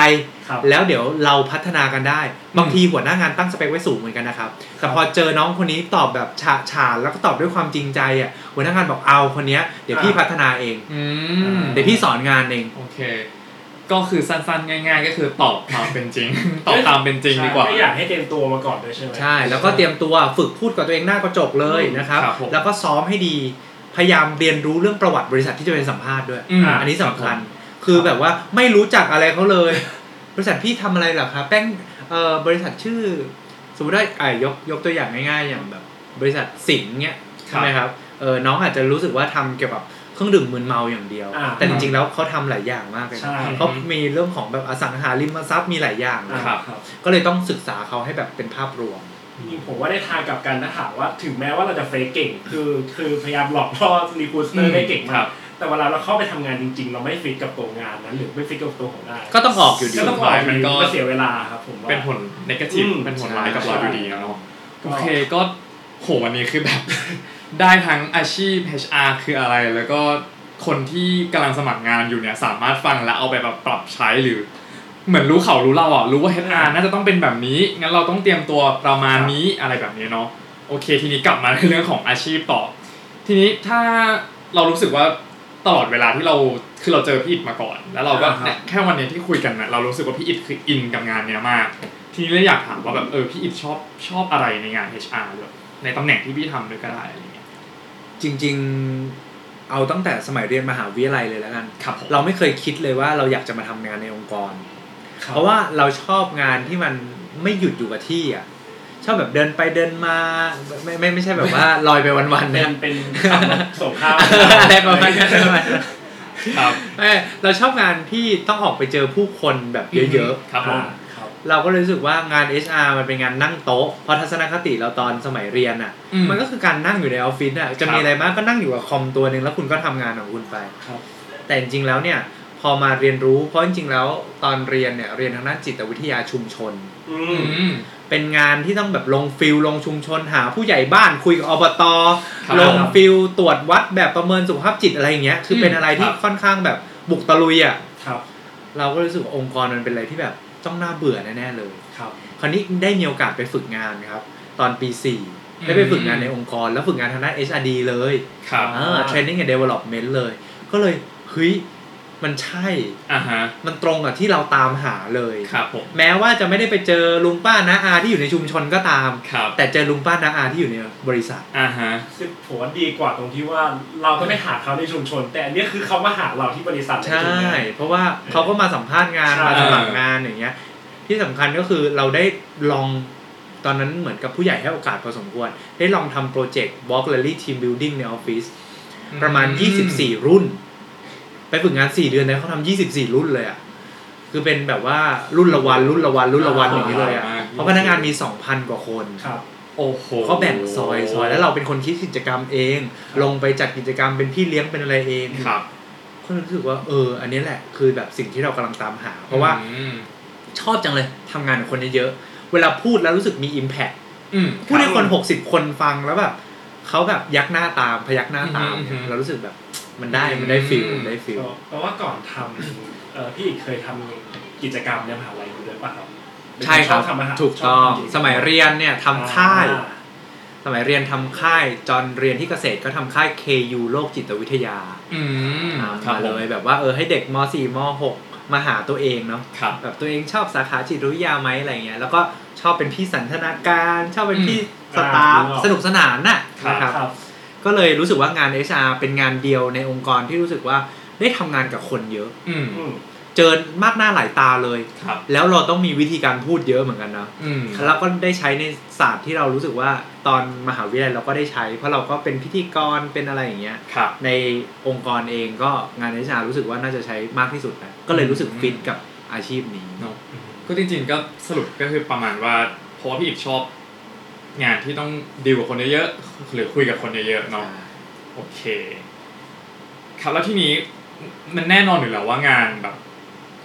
ครับ
แล้วเดี๋ยวเราพัฒนากันได้ บางทีหัวหน้างานตั้งสเปคไว้สูงเหมือนกันนะครับ แต่พอเจอน้องคนนี้ตอบแบบฉาฉานแล้วก็ตอบด้วยความจริงใจอ่ะ หัวหน้างานบอกเอาคนเนี้ยเดี๋ยวพี่
อ่ะ
พัฒนาเอง
อืม
เดี๋ยวพี่สอนงานเอง
โอเค ก็คือสั้นๆ ง่าย ๆ ก็คือตอบความเป็นจริง ตอบตามเป็นจริงดีกว่า
ไม่อยากให้เตรียมตัวมาก่อนด้วยใช่ไหม
ใช่ แล้วก็เตรียมตัวฝึกพูดกับตัวเองหน้ากระจกเลยนะครับ
ครับผม
แล้วก็ซ้อมให้ดี พยายามเรียนรู้เรื่องประวัติบริษัทที่จะไปสัมภาษณ์ด้วย
อืม
อ่ะ
อันนี้สำคัญ คือแบบว่าไม่รู้จักอะไรเขาเลย บริษัทพี่ทำอะไรเหรอครับแป้งเอ่อบริษัทชื่อ สมมติได้อ่ะยกยกตัวอย่างง่ายๆ อย่างแบบ บริษัทสินเงี้ยใช่ไหมครับ เออน้องอาจจะรู้สึกว่าทำเกี่ยวกับเครื่องดื่มมึนเมาอย่างเดียว
อ่า
แต่จริงๆแล้วเขาทำหลายอย่างมากเลยนะ
ใช่
เขามีเรื่องของแบบอสังหาริมทรัพย์มีหลายอย่าง
อ่า
นะ
รับ
ครับ
ก็เลยต้องศึกษาเขาให้แบบเป็นภาพรวม
จริงๆผมว่าได้ทางกลับกันนะถามว่าถึงแม้ว่าเราจะเฟกเก่ง คือคือพยายามหลอกล่อรีคูสเตอ
อืม
ร์ได้เก่ง
ครั
มาก
บ
แต่เวลาเราเข้าไปทำงานจริง ๆ เราไม่ฟิตกับตัวงานนั้น หรือไม่ฟิตกับตัวของงาน
ก็ต้องออกอยู่ดี
ก็ต้องออกมันก็เสียเวลาครับผมว่า
เป็นผลนกาทีฟ
อืม
เป็นผลร้ายกับเราอ
ใช่
ยู่ดีเนาะโอเคก็โหวันนี้คือแบบ ได้ทั้งอาชีพ HR คืออะไร แล้วก็คนที่กำลังสมัครงานอยู่เนี่ยสามารถฟังแล้วเอาไปแบบปรับใช้หรือ เหมือนรู้เขารู้เราอ่ะรู้ว่า HR น่าจะต้องเป็นแบบนี้ งั้นเราต้องเตรียมตัวประมาณนี้อะไรแบบนี้เนาะโอเค ทีนี้กลับมาในเรื่องของอาชีพต่อ ทีนี้ถ้าเรารู้สึกว่าตลอดเวลาที่เราคือเราเจอพี่อิดมาก่อน แล้วเราก็
อ่าฮะ
เนี่ยแค่วันเนี้ยที่คุยกันนะเรารู้สึกว่าพี่อิดคืออินกับงานเนี้ยมาก ทีนี้เลยอยากถามว่าแบบเออพี่อิดชอบชอบอะไรในงาน HR ด้วยในตำแหน่งที่พี่ทำด้วยก็ได้อะไรเงี้ย
จริง ๆ เอาตั้งแต่สมัยเรียนมหาวิทยาลัยเลยแล้วกัน
ครับผม
เราไม่เคยคิดเลยว่าเราอยากจะมาทำงานในองค์กร
คบ
เพราะว่าเราชอบงานที่มันไม่หยุดอยู่กับที่อ่ะชอบแบบเดินไปเดินมาไม่ไม่ไม่ใช่แบบว่า ลอยไปวันๆ
เป็
เนี่ย
นเป็นขับรถส่งข้าว
อะไรประมาณนั้น
ครับ
เออเราชอบงานที่ต้องออกไปเจอผู้คนแบบเยอะ
ครับผม
อ่าครับ
ๆ เราก็เลยรู้สึกว่างาน HR มันเป็นงานนั่งโต๊ะเพราะทัศนคติเราตอนสมัยเรียนอ่ะ
อืม
มันก็คือการนั่งอยู่ในออฟฟิศอ่ะจะมีอะไรมากก็นั่งอยู่กับคอมตัวหนึ่งแล้วคุณก็ทำงานของคุณไป
ครับ
แต่จริงๆแล้วเนี่ยพอมาเรียนรู้เพราะจริงๆแล้วตอนเรียนเนี่ยเรียนทางด้านจิตวิทยาชุมชน
อื
อื
ม
ม
เป็นงานที่ต้องแบบลงฟิลลงชุมชนหาผู้ใหญ่บ้านคุยกับอบต
ครับ
ลงฟิลตรวจวัดแบบประเมินสุขภาพจิตอะไรอย่างเงี้ยคือเป็นอะไรที่
ครับ
ค่อนข้างแบบบุกตะลุยอ่ะ
ครับ
เราก็รู้สึกว่าองค์กรมันเป็นอะไรที่แบบต้องน่าเบื่อแน่ๆเลย
ครับ
คราวนี้ได้มีโอกาสไปฝึกงานครับ ตอนปี4ได้ไปฝึกงานในองค์กร แล้วฝึกงานทางด้าน HRD เลย
ครับ
อ่า training and development เลย ก็เลยเฮ้ยมันใช่
อ่าฮะ
มันตรงกับที่เราตามหาเลย
ครับผม
แม้ว่าจะไม่ได้ไปเจอลุงป้าน้าอาที่อยู่ในชุมชนก็ตาม
ครับ
แต่เจอลุงป้าน้าอาที่อยู่ในบริษัท
อ่าฮะ
คือผมว่าดีกว่าตรงที่ว่าเราก็ไม่หาเขาในชุมชน แต่อันเนี้ยคือเขามาหาเราที่บริษัท
ใช่
จริงๆนะ
เพราะว่าเขาก็มาสัมภาษณ์งาน
ใช่
มาสมัครงานอย่างเงี้ย ที่สำคัญก็คือเราได้ลองตอนนั้นเหมือนกับผู้ใหญ่ให้โอกาสพอสมควร ได้ลองทำโปรเจกต์ b l o c k l a r y Team Building ในออฟฟิศประมาณ 24 รุ่น ไปฝึกงาน 4 เดือนนะเขาทำ24 รุ่นเลยอ่ะ คือเป็นแบบว่ารุ่นละวันรุ่นละวันรุ่นละวันอย่างนี้เลยอ่ะ
อ่า
เพราะพนักงานมี 2,000 กว่าคน
ครับ
โอ้โห
เขาแบ่งซอยซอยแล้วเราเป็นคนคิดกิจกรรมเอง ลงไปจัดกิจกรรมเป็นพี่เลี้ยงเป็นอะไรเอง
ครับ
ก็รู้สึกว่าเออ อันนี้แหละคือแบบสิ่งที่เรากำลังตามหา เพราะว่า
อืม
ชอบจังเลยทำงานกับคนเยอะๆเวลาพูดแล้วรู้สึกมี Impact
อืม
พูดให้คน 60 คนฟังแล้วแบบเขาแบบยักหน้าตามพยักหน้าตาม
อืม
เนี่ย
อืม
เรารู้สึกแบบมันได้มันได้ฟิล
อืม
ได้ฟิล
เพราะว่าก่อนทำเอ่อพี่เคยทำกิจกรรมในมหาลัยอยู่ด้วยป่ะครับ
ใช่ครับ
ชอทำอาหาร
ถูกต้อง
ชบทำกิจกรร
สมัยเรียนเนี่ยทำค่าย
อ่
สมัยเรียนทำค่ายจอนเรียนที่เกษตรก็ทำค่าย KU โลกจิตวิทยา
อืม
อ่า
ครับ
มา
ผ
เลยแบบว่าเออให้เด็กม .4 ม .6 มาหาตัวเองเนาะ
ครับ
แบบตัวเองชอบสาขาจิตวิทยาไหมอะไรเงี้ยแล้วก็ชอบเป็นพี่สันทนาการ ชอบเป็นพี่สตาฟสนุกสนานน่ะ
ครับ
นะครับ
ครับ
ก็เลยรู้สึกว่างาน HR เป็นงานเดียวในองค์กรที่รู้สึกว่า ได้ทำงานกับคนเยอะ
อืม
อืม
เจอมากหน้าหลายตาเลย
ครับ
แล้วเราต้องมีวิธีการพูดเยอะเหมือนกันนะ
อืม
แล้วก็ได้ใช้ในศาสตร์ที่เรารู้สึกว่าตอนมหาวิทยาลัยเราก็ได้ใช้ เพราะเราก็เป็นพิธีกรเป็นอะไรอย่างเงี้ย
ครับ
ในองค์กรเองก็งานในชารู้สึกว่าน่าจะใช้มากที่สุดนะก็เลยรู้สึกฟิตกับอาชีพนี้
เนอะ ก็จริงๆก็สรุปก็คือประมาณว่าเพราะว่าพี่อิบชอบ งานที่ต้องดีลกับคนเยอะๆหรือคุยกับคนเยอะๆเนาะ โอเค ครับแล้วที่นี้มันแน่นอนอยู่แล้วว่างานแบบ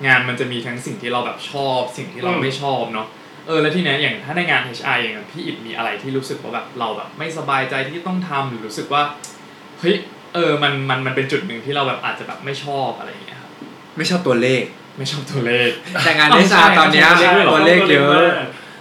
งานมันจะมีทั้งสิ่งที่เราแบบชอบ สิ่งที่เราไม่ชอบเนาะเออแล้วที่เนี้ยอย่างถ้าในงาน HR เองอะพี่อิดมีอะไรที่รู้สึกว่าแบบเราแบบไม่สบายใจที่ต้องทำหรือรู้สึกว่าเฮ้ยเออมันมันมันเป็นจุดหนึ่งที่เราแบบอาจจะแบบไม่ชอบอะไรอย่างเงี้ยครับ
ไม่ชอบตัวเลข
ไม่ชอบตัวเลข
แต่งานในชาตอนเนี้ย
ใช่
ตัวเลขเยอะ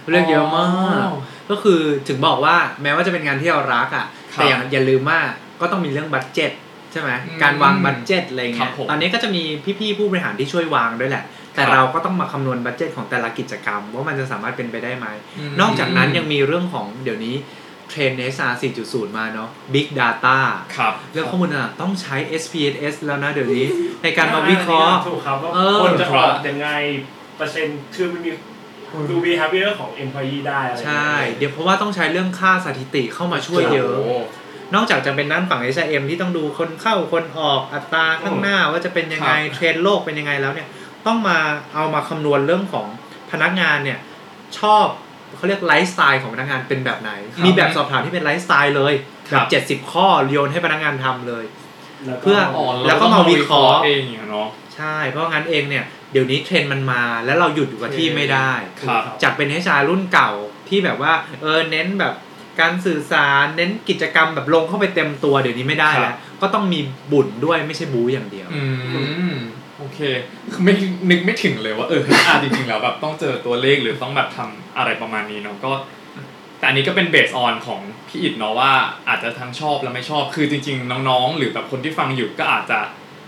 ตัวเลขเยอะมา
อ๋
ก
อ
ก็คือถึงบอกว่าแม้ว่าจะเป็นงานที่เรารักอ่ะ
ครับ
แต่อย่างอย่าลืมว่าก็ต้องมีเรื่องบัตเจ็ตใช่ไหม
อืม
การวางบัตเจ็ตอะไร
ครั
เงี้ย
บผม
ตอนนี้ก็จะมีพี่ๆผู้บริหารที่ช่วยวางด้วยแหละ แต่
ครับ
เราก็ต้องมาคำนวณบัตเจ็ตของแต่ละกิจกรรม ว่ามันจะสามารถเป็นไปได้ไหม
ม
นอกจากนั้นยังมีเรื่องของเดี๋ยวนี้เทรน SR 4.0 มาเนาะ Big Data
ครับ
เรื่องข้อมูลต่างๆต้องใช้ SPSS แล้วนะเดี๋ยวนี้ ในการมาวิเคราะห์
ถูกครับว่า
เออ
คนจะออกยังไงเปอร์เซ็นต์คือมันมีดู behavior ของ employee ได้อะไรอย่าง
ใช่
เงี้ย
เดี๋ยวเพราะว่าต้องใช้เรื่องค่าสถิติเข้ามาช่วยเยอะ
โโห
นอกจากจะเป็นด้านฝั่ง HRM ที่ต้องดูคนเข้าคนออกอัตราข้างหน้าว่าจะเป็นยังไง
ครับ
เทรนด์โลกเป็นยังไงแล้วเนี่ยต้องมาเอามาคำนวณเรื่องของพนักงานเนี่ยชอบเขาเรียกไลฟ์สไตล์ของพนักงานเป็นแบบไหน
ครับ
มีแบบสอบถามที่เป็นไลฟ์สไตล์เลย
ครั
แบบ บเจ็ดสิบข้อโยนให้พนักงานทำเลย
แล้วก็
เพื่อ
อ๋อ
แล้วก็มาวิเคราะห์
เองอย่างเงี้ยเนาะ
ใช่ เพราะงั้นเองเนี่ยเดี๋ยวนี้เทรนด์มันมาแล้วเราหยุดอยู่กับที่ไม่ได้
ครับ
จากเป็น HR รุ่นเก่าที่แบบว่าเออเน้นแบบการสื่อสารเน้นกิจกรรมแบบลงเข้าไปเต็มตัวเดี๋ยวนี้ไม่ได้แล้ว ก็ต้องมีบุญด้วยไม่ใช่บูอย่างเดียว
อืมโอเคคือไม่นึกไม่ถึงเลยว่าเออ HR จริงๆแล้วแบบต้องเจอตัวเลขหรือต้องแบบทำอะไรประมาณนี้เนาะก็ แต่อันนี้ก็เป็นเบสออนของพี่อิดเนาะว่าอาจจะทั้งชอบและไม่ชอบคือจริง ๆ น้องๆ หรือแบบคนที่ฟังอยู่ก็อาจจะ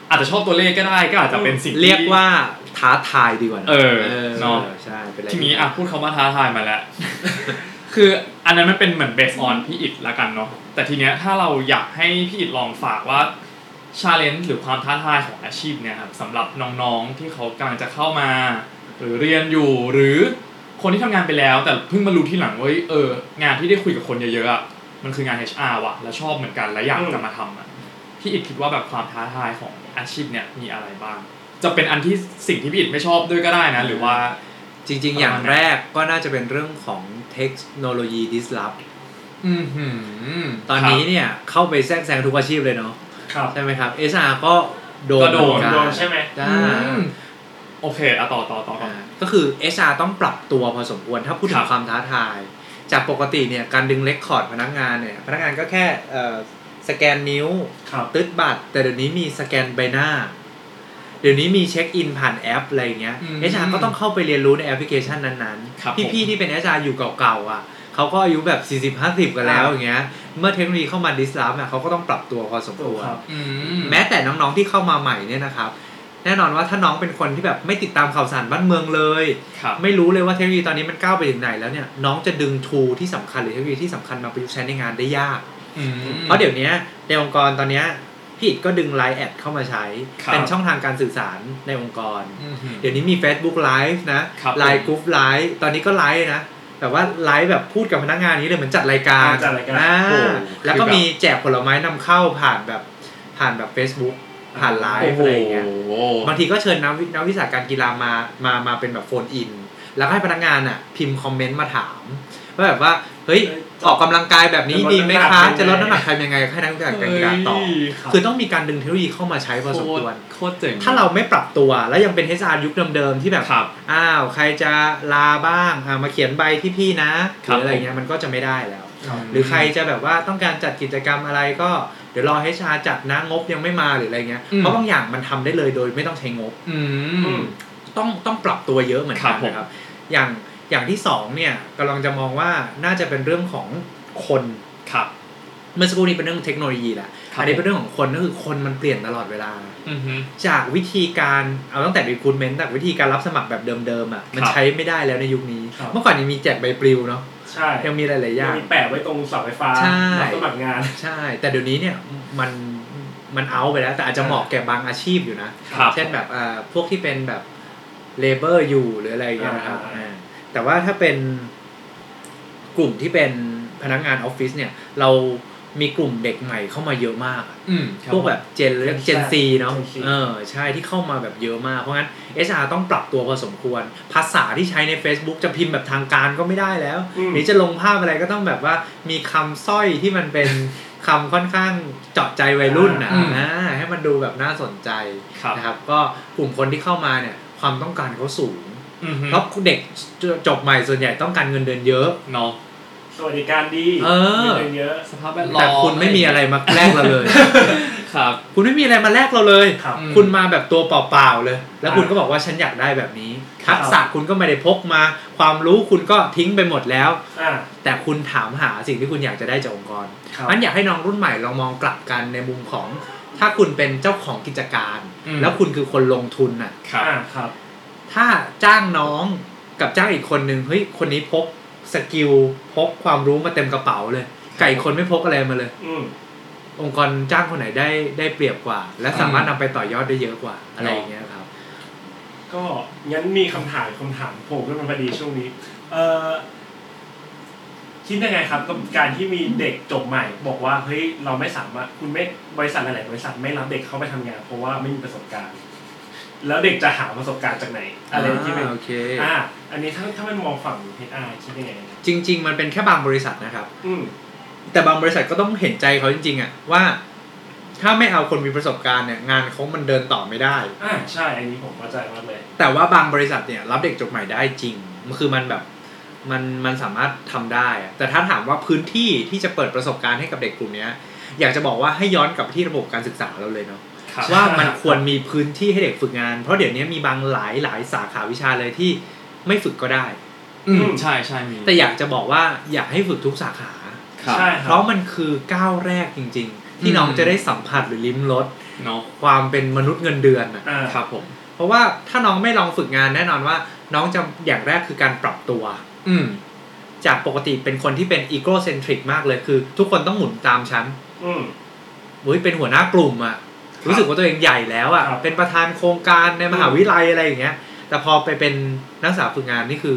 อาจจะชอบตัวเลขก็ได้ก็อาจจะเป็นสิ่งที่
เรียกว่าท้าทายดีกว่านะ
เออเนอะ
ใช่เป็นอะไร
ทีนี้อ่ะพูดคำว่าท้าทายมาแล้ว คืออันนั้นมันเป็นเหมือนเบสออนพี่อิดละกันเนาะแต่ทีเนี้ยถ้าเราอยากให้พี่อิดลองฝากว่าชาเลนจ์หรือความท้าทายของอาชีพเนี่ยครับสำหรับน้องๆที่เขากำลังจะเข้ามา หรือเรียนอยู่หรือคนที่ทำงานไปแล้ว แต่เพิ่งมารู้ทีหลังว่าเฮ้ยเอองานที่ได้คุยกับคนเยอะๆอะมันคืองาน HR ว่ะแล้วชอบเหมือนกันและอยากจะมาทำอ่ะพี่อิดคิดว่าแบบความท้าทายของอาชีพเนี่ยมีอะไรบ้าง จะเป็นอันที่สิ่งที่พี่อิดไม่ชอบด้วยก็ได้นะ หรือว่า
จริง ๆ อย่างแรกก็น่าจะเป็นเรื่องของเทคโนโลยี disrupt
อืมหืม
ตอนนี้เนี่ยเข้าไปแทรกแซงทุกอาชีพเลยเนาะ
ครับ
ใช่ไหมครับ HR ก็โดน
ก็โดน
เหมือกั
โดนใช่ไหม
จ้า
อืมโอเคอะต่อต่อต่อก่อน
ก็คือ HR ต้องปรับตัวพอสมควรถ้าพูด
ค
ถึ
รั
ง
บ
ความท้าทาย จากปกติเนี่ยการดึงเลคคอร์ดพนักงานเนี่ยพนักงานก็แค่เอ่อสแกนนิ้ว
ครับ
ตึดบัตร แต่เดี๋ยวนี้มีสแกนใบหน้า เดี๋ยวนี้มีเช็คอินผ่านแอปอะไรอย่างเงี้ย
อืม
HR ก็ต้องเข้าไปเรียนรู้ในแอปพลิเคชันนั้น
ครับผม
พี่ๆที่เป็น HR อยู่เก่าๆอ่ะเขาก็อายุแบบ 40-50 กันแล้วอย่างเงี้ยเมื่อเทคโนโลยีเข้ามาดิสลอฟอ่ะเขาก็ต้องปรับตัวพอสม
ถู
ค
ก
วร
ครับ
อืม
แม้แต่น้องๆที่เข้ามาใหม่เนี่ยนะครับ แน่นอนว่าถ้าน้องเป็นคนที่แบบไม่ติดตามข่าวสารบ้านเมืองเลย
ครับ
ไม่รู้เลยว่าเทคโนโลยีตอนนี้มันก้าวไปถึงไหนแล้วเนี่ยน้องจะดึงทูที่สำคัญหรือเทคโนโลยีที่สำคัญมาประยุกต์ใช้ในงานได้ยาก
อืม
เพราะเดี๋ยวเนี้ยในองค์กรตอนเนี้ยพี่อิดก็ดึงไลน์แอดเข้ามาใช้
ครับ
เป็นช่องทางการสื่อสารในองค์กร
อืมหืม
เดี๋ยวนี้มี Facebook Live นะครับ ไลน์กรุ๊ปไลฟ์ตอนนี้ก็ไลฟ์นะแบบว่าไลฟ์แบบพูดกับพนักงานนี้เลยเหมือนจัดรายการ
อ่าจัดรายการ
อ่
โอ้โห
แล้วก็
คือแบบ
มีแจกผลไม้นำเข้าผ่านแบบผ่านแบบ Facebook ผ่านไล
โอ้
ฟ์
โห
อะไรอย่างเงี้ย บางทีก็เชิญนักวินักวิชาการกีฬามา มา มาเป็นแบบโฟนอิน แล้วก็ให้พนักงานอ่ะ พิมพ์คอมเมนต์มาถามว่าแบบว่า เฮ้ย
เอ้ย
ออกกำลังกายแบบนี้
จะลด
ดีไหม
น้ำหนั
คะ
ก
จะลด
ยังไง
น้ำหนักทำยังไง ให้นักวิชาการกีฬาตอบ
เฮ้ย
ครับ
คือต้องมีการดึงเทคโนโลยีเข้ามาใช้พอสมควร
โคตรเจ๋ง
ถ้าเราไม่ปรับตัวแล้วยังเป็น HR ยุคเดิมๆที่แบบ
ครับ
อ้าว ใครจะลาบ้างอ่ามาเขียนใบที่พี่นะห
ครับ
รืออะไรเงี้ยมันก็จะไม่ได้แล้ว
ครับ
หรือใครจะแบบว่าต้องการจัดกิจกรรมอะไรก็เดี๋ยวรอให้ชาจัดนะงบยังไม่มาหรืออะไรเงี้ย
อืม
เพราะบางอย่างมันทำได้เลยโดยไม่ต้องใช้งบ
อื
อื
ม
ม
ต้องต้องปรับตัวเยอะเหมือน
ครั
กัน
บผม
นะครับอย่างอย่างที่สองเนี่ยกำลังจะมองว่าน่าจะเป็นเรื่องของคน
ครับ
เมื่อสักครู่นี้เป็นเรื่องเทคโนโลยีแหละ
ครับ
อันนี้เป็นเรื่องของคนก็คือคนมันเปลี่ยนตลอดเวลา
อืม
จากวิธีการเอาตั้งแต่ recruitment จากวิธีการรับสมัครแบบเดิมๆอ่ะมัน
ครับ
ใช้ไม่ได้แล้วในยุคนี้
ครับ
เมื่อก่อนยังมีแจกใบปลิวเนาะ
ใช่
ยังมีหลายๆอ
ยั
ย่าง ง
มีแปะไว้ตรงเสาไฟฟ้า
ใช่
รับสมัครงาน
ใช่ แต่เดี๋ยวนี้เนี่ยมัน มันเอาไปแล้ว แต่อาจจะเหมาะแก่บางอาชีพอยู่นะ
ครับ
เช่นแบบอ่าพวกที่เป็นแบบเลเบอร์อยู่หรืออะไรอย่างเงี้ยนะครับ
อ่า
อ่าแต่ว่าถ้าเป็นกลุ่มที่เป็นพนักงานออฟฟิศเนี่ย เรามีกลุ่มเด็กใหม่เข้ามาเยอะมากอะ
อืมครั
พวกแบบเจนเรียกเจนซีเนาะ
Gen Z
เออใช่ที่เข้ามาแบบเยอะมาก เพราะงั้น HR ต้องปรับตัวพอสมควร ภาษาที่ใช้ใน Facebook จะพิมพ์แบบทางการก็ไม่ได้แล้ว
อืม
หรือจะลงภาพอะไรก็ต้องแบบว่ามีคำสร้อยที่มันเป็น คำค่อนข้างเจาะใจวัยรุ่นนะอ่าให้มันดูแบบน่าสนใจ
ครับ
นะครับก็กลุ่มคนที่เข้ามาเนี่ยความต้องการเขาสูง
อืมฮึ
เพราะเด็กจจบใหม่ส่วนใหญ่ต้องการเงินเดือนเยอะ
เนาะ
สวัสดิการดี
เอ
งิ
อ
นดืนเยอะ
สภาพแวดล้อม
แต่คุณไม่มีอะไรมาแลกเราเลย
ครับ
คุณไม่มีอะไรมาแลกเราเลย
ครับ
อืม
คุณมาแบบตัวเปล่าๆเลย แล้ว
อ่า
คุณก็บอกว่าฉันอยากได้แบบนี้
ครับ
ทักษะคุณก็ไม่ได้พกมา ความรู้คุณก็ทิ้งไปหมดแล้ว
อ่า
แต่คุณถามหาสิ่งที่คุณอยากจะได้จากองค์กร
ครับ
นั้นอยากให้น้องรุ่นใหม่ลองมองกลับกันในมุมของ ถ้าคุณเป็นเจ้าของกิจการ
อืม
แล้วคุณคือคนลงทุนน่ะ
ครับ
อ่าครับ
ถ้าจ้างน้องกับจ้างอีกคนนึงเฮ้ยคนนี้พกสกิลพกความรู้มาเต็มกระเป๋าเลย ไก่คนไม่พกอะไรมาเลย
อืม
องค์กรจ้างคนไหนได้ได้เปรียบกว่า และ
อืม
สามารถนำไปต่อยอดได้เยอะกว่าอะไรอย่างเงี้ยครับ
ก็งั้นมีคำถามคำถามโผล่ขึ้นมาพอดีช่วงนี้ เอ่อคิดยังไงครับกับการที่มีเด็กจบใหม่ บอกว่าเฮ้ยเราไม่สามารถคุณไม่บริษัทหลายๆบริษัทไม่รับเด็กเข้าไปทำงาน เพราะว่าไม่มีประสบการณ์ แล้วเด็กจะหาประสบการณ์จากไหน อะไรที่เป็น
อ่าโอเค
อ่า อันนี้ถ้าถ้ามันมองฝั่ง HR คิดยังไงครับ
จริง ๆ มันเป็นแค่บางบริษัทนะครับ
อืม
แต่บางบริษัทก็ต้องเห็นใจเขาจริงๆอะว่า ถ้าไม่เอาคนมีประสบการณ์เนี่ยงานเขามันเดินต่อไม่ได้
อ่าใช่ อันนี้ผมเข้าใจมากเลย
แต่ว่าบางบริษัทเนี่ยรับเด็กจบใหม่ได้จริง มันคือมันแบบมันมันสามารถทำได้อะแต่ถ้าถามว่าพื้นที่ที่จะเปิดประสบการณ์ให้กับเด็กกลุ่มเนี้ยอยากจะบอกว่าให้ย้อนกลับไปที่ระบบการศึกษาเราเลยเนาะ
ครับ
ว่ามันควรมีพื้นที่ให้เด็กฝึกงาน เพราะเดี๋ยวนี้มีบางหลายหลายสาขาวิชาเลยที่ไม่ฝึกก็ได้
อืมใช่ใช่มี
แต่อยากจะบอกว่าอยากให้ฝึกทุกสาขา
ครับ
ใช่ค
เพ
รับ
ราะมันคือก้าวแรกจริง ๆ ที่น้อง
อืม
จะได้สัมผัสหรือลิ้มรส
เนาะ
ความเป็นมนุษย์เงินเดือนอะ
อ่า
ครับผม
เพราะว่าถ้าน้องไม่ลองฝึกงานแน่นอนว่า น้องจะอย่างแรกคือการปรับตัว
อืม
จากปกติเป็นคนที่เป็นอีโกเซนทริกมากเลยคือ ทุกคนต้องหมุนตามฉัน
อืม
อุ้ยเป็นหัวหน้ากลุ่มอะรู้สึกว่าตัวเองใหญ่แล้วอะ
ครับ
เป็นประธานโครงการในมหาวิทยาลัยอะไรอย่างเงี้ย แต่พอไปเป็นนักศึกษาฝึกงานนี่คือ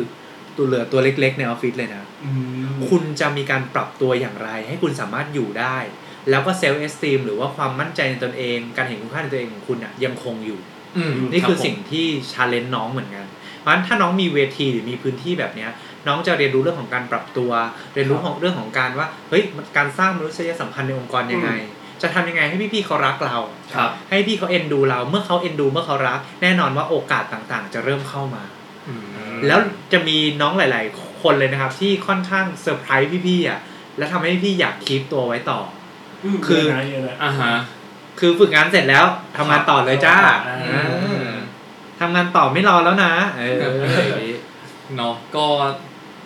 ตัวเหลือตัวเล็ก ๆ ในออฟฟิศเลยนะ คุณจะมีการปรับตัวอย่างไร ให้คุณสามารถอยู่ได้ แล้วก็เซลล์เอสติมหรือว่าความมั่นใจในตนเอง การเห็นคุณค่าในตัวเองของคุณอะยังคงอยู่
อืม
นี่คือ
รับผม
สิ่งที่ชาเลนจ์น้องเหมือนกัน เพราะฉะนั้นถ้าน้องมีเวทีหรือมีพื้นที่แบบเนี้ยน้องจะเรียนรู้เรื่องของการปรับตัว เรียนรู้ของเรื่องของการว่า เฮ้ยมันการสร้างมนุษยสัมพันธ์ในองค์กรยังไง จะทำยังไงให้พี่ๆเขารักเรา
ครับ
ให้พี่เขาเอ็นดูเรา เมื่อเขาเอ็นดูเมื่อเขารัก แน่นอนว่าโอกาสต่างๆ จะเริ่มเข้ามา
อืม
แล้วจะมีน้องหลาย ๆ คนเลยนะครับ ที่ค่อนข้างเซอร์ไพรส์พี่ๆอ่ะ และทำให้พี่อยากคีปตัวไว้ต่อ
ม
คือ
เยะนะเยะนะ
อ่าฮะ
คือฝึกงานเสร็จแล้วทำงานต่อเลยจ้า
ครับอ่า
เออทำงานต่อไม่รอแล้วนะเอออะไรอย่างงี้
เนาะก็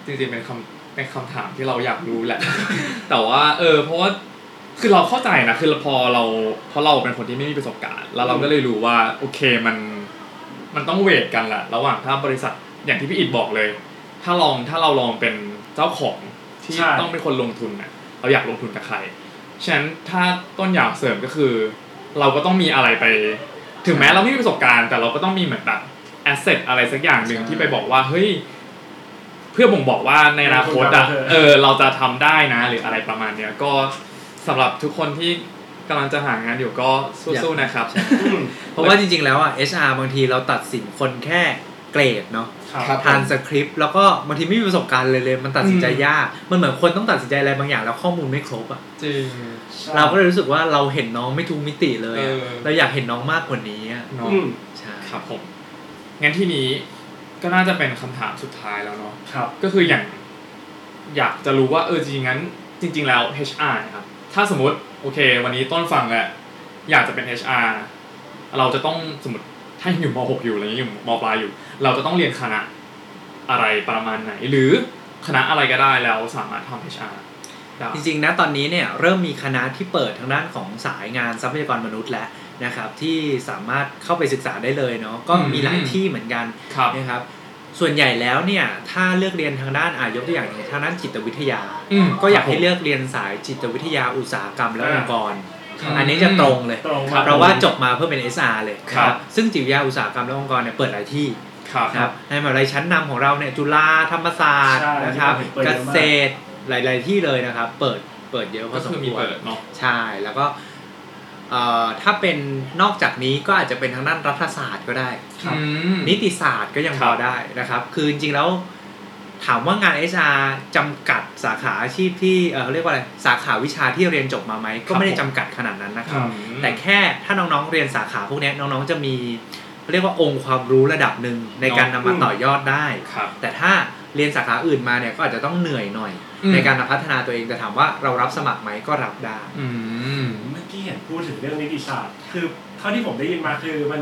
จริงๆเป็นคำเป็นคำถามที่เราอยากรู้แหละ แต่ว่าเออเพราะว่าคือเราเข้าใจนะคือพอเราเพราะเราเป็นคนที่ไม่มีประสบการณ์ แล้วเราก็เลยรู้ว่าโอเคมันมันต้องเวทกันแหละระหว่างถ้าบริษัทอย่างที่พี่อิดบอกเลย ถ้าลองถ้าเราลองเป็นเจ้าของที่
ใช่
ต้องเป็นคนลงทุนน่ะเราอยากลงทุนกับใครฉะนั้นถ้าต้นอยากเสริมก็คือ เราก็ต้องมีอะไรไป ถึงแม้เราไม่มีประสบการณ์แต่เราก็ต้องมีเหมือนแบบแอสเซทอะไรสักอย่างหนึ่ง
ใช่
ที่ไปบอกว่าเฮ้ย เพื่อบ่งบอกว่าในอนาคตอะ
เออ
เออเราจะทำได้นะ หรืออะไรประมาณเนี้ยก็สำหรับทุกคนที่กำลังจะหางานอยู่ก็สู้ๆนะครับ
อืม
เพราะว่าจริงๆ แล้วอ่ะ HR บางทีเราตัดสินคนแค่เกรดเนาะ
ค
ค
รั
รับ บ
ทานสคริปต์แล้วก็บางทีไม่มีประสบการณ์เลยเลยมันตัดสินใจยาก มันเหมือนคนต้องตัดสินใจอะไรบางอย่างแล้วข้อมูลไม่ครบอ่ะ
จริง
เราก็เลยรู้สึกว่าเราเห็นน้องไม่ทุกมิติเลยอะ
เออ
เราอยากเห็นน้องมากกว่านี้อะ
เนาะ
อืม
ใช่
ครับผมงั้นที่นี้ก็น่าจะเป็นคำถามสุดท้ายแล้วเนาะ
ครับ
ก็คืออย่างอยากจะรู้ว่าเออจริงๆงั้น จริง ๆ แล้ว HR นะครับ ถ้าสมมติโอเค วันนี้ต้นฟังแหละอยากจะเป็น HR เราจะต้องสมมติถ้าอยู่ม .6 อยู่อะไรอย่างเงี้ยอยู่มปลายอยู่ เราจะต้องเรียนคณะอะไรประมาณไหน หรือคณะอะไรก็ได้แล้วสามารถทำ HR ได้
จริงๆนะตอนนี้เนี่ยเริ่มมีคณะที่เปิดทางด้านของสายงานทรัพยากรมนุษย์แล้วนะครับ ที่สามารถเข้าไปศึกษาได้เลยเนาะก็มีหลายที่เหมือนกัน
ครับ
นะครับส่วนใหญ่แล้วเนี่ยถ้าเลือกเรียนทางด้านอายกตัวอย่างทางด้านจิตวิทยา
อืม
ก็อยาก
ครับผม
ให้เลือกเรียนสายจิตวิทยาอุตสาหกรรมและ
อ่า
องค์กร
อืม
อันนี้จะตรงเลย
ตรง
ครับ
เพราะว่าจบมาเพื่อเป็น SR เลยนะครับ ซึ่งจิตวิทยาอุตสาหกรรมและองค์กรเนี่ยเปิดหลายที่
ครับ
นะครับในมหาวิทยาลัยชั้นนำของเราเนี่ยจุฬาธรรมศาสตร์
ใช่
นะครับ
เปิด
เก
เยอะมาก
ษตรหลาย ๆ ที่เลยนะครับ เปิดเปิดเยอะพ
ก็
อสม
คือมี
ควร
เปิดเนาะ
ใช่แล้วก็เอ่อถ้าเป็นนอกจากนี้ก็อาจจะเป็นทางด้านรัฐศาสตร์ก็ได้
อืม
นิติศาสตร์ก็ยัง
ค
พ
รับ
อได้นะครับ คือจริงๆแล้ว ถามว่างาน HR จำกัดสาขาอาชีพที่เอ่อเขาเรียกว่าอะไรสาขาวิชาที่เรียนจบมาไหมก็ไม่ได้จำกัดขนาดนั้นนะค
อื
รับ
ม
แต่แค่ถ้าน้องๆเรียนสาขาพวกเนี้ยน้องๆจะมีเขาเรียกว่าองค์ความรู้ระดับหนึ่งในการนำ
เนาะ
มาต่อยอดได้
ครับ
แต่ถ้าเรียนสาขาอื่นมาเนี่ยก็อาจจะต้องเหนื่อยหน่อย
อืม
ในการพัฒนาตัวเองแต่ถามว่าเรารับสมัครไหมก็รับได้
อืม
เมื่อกี้เห็นพูดถึงเรื่องนิติศาสตร์ คือเท่าที่ผมได้ยินมาคือมัน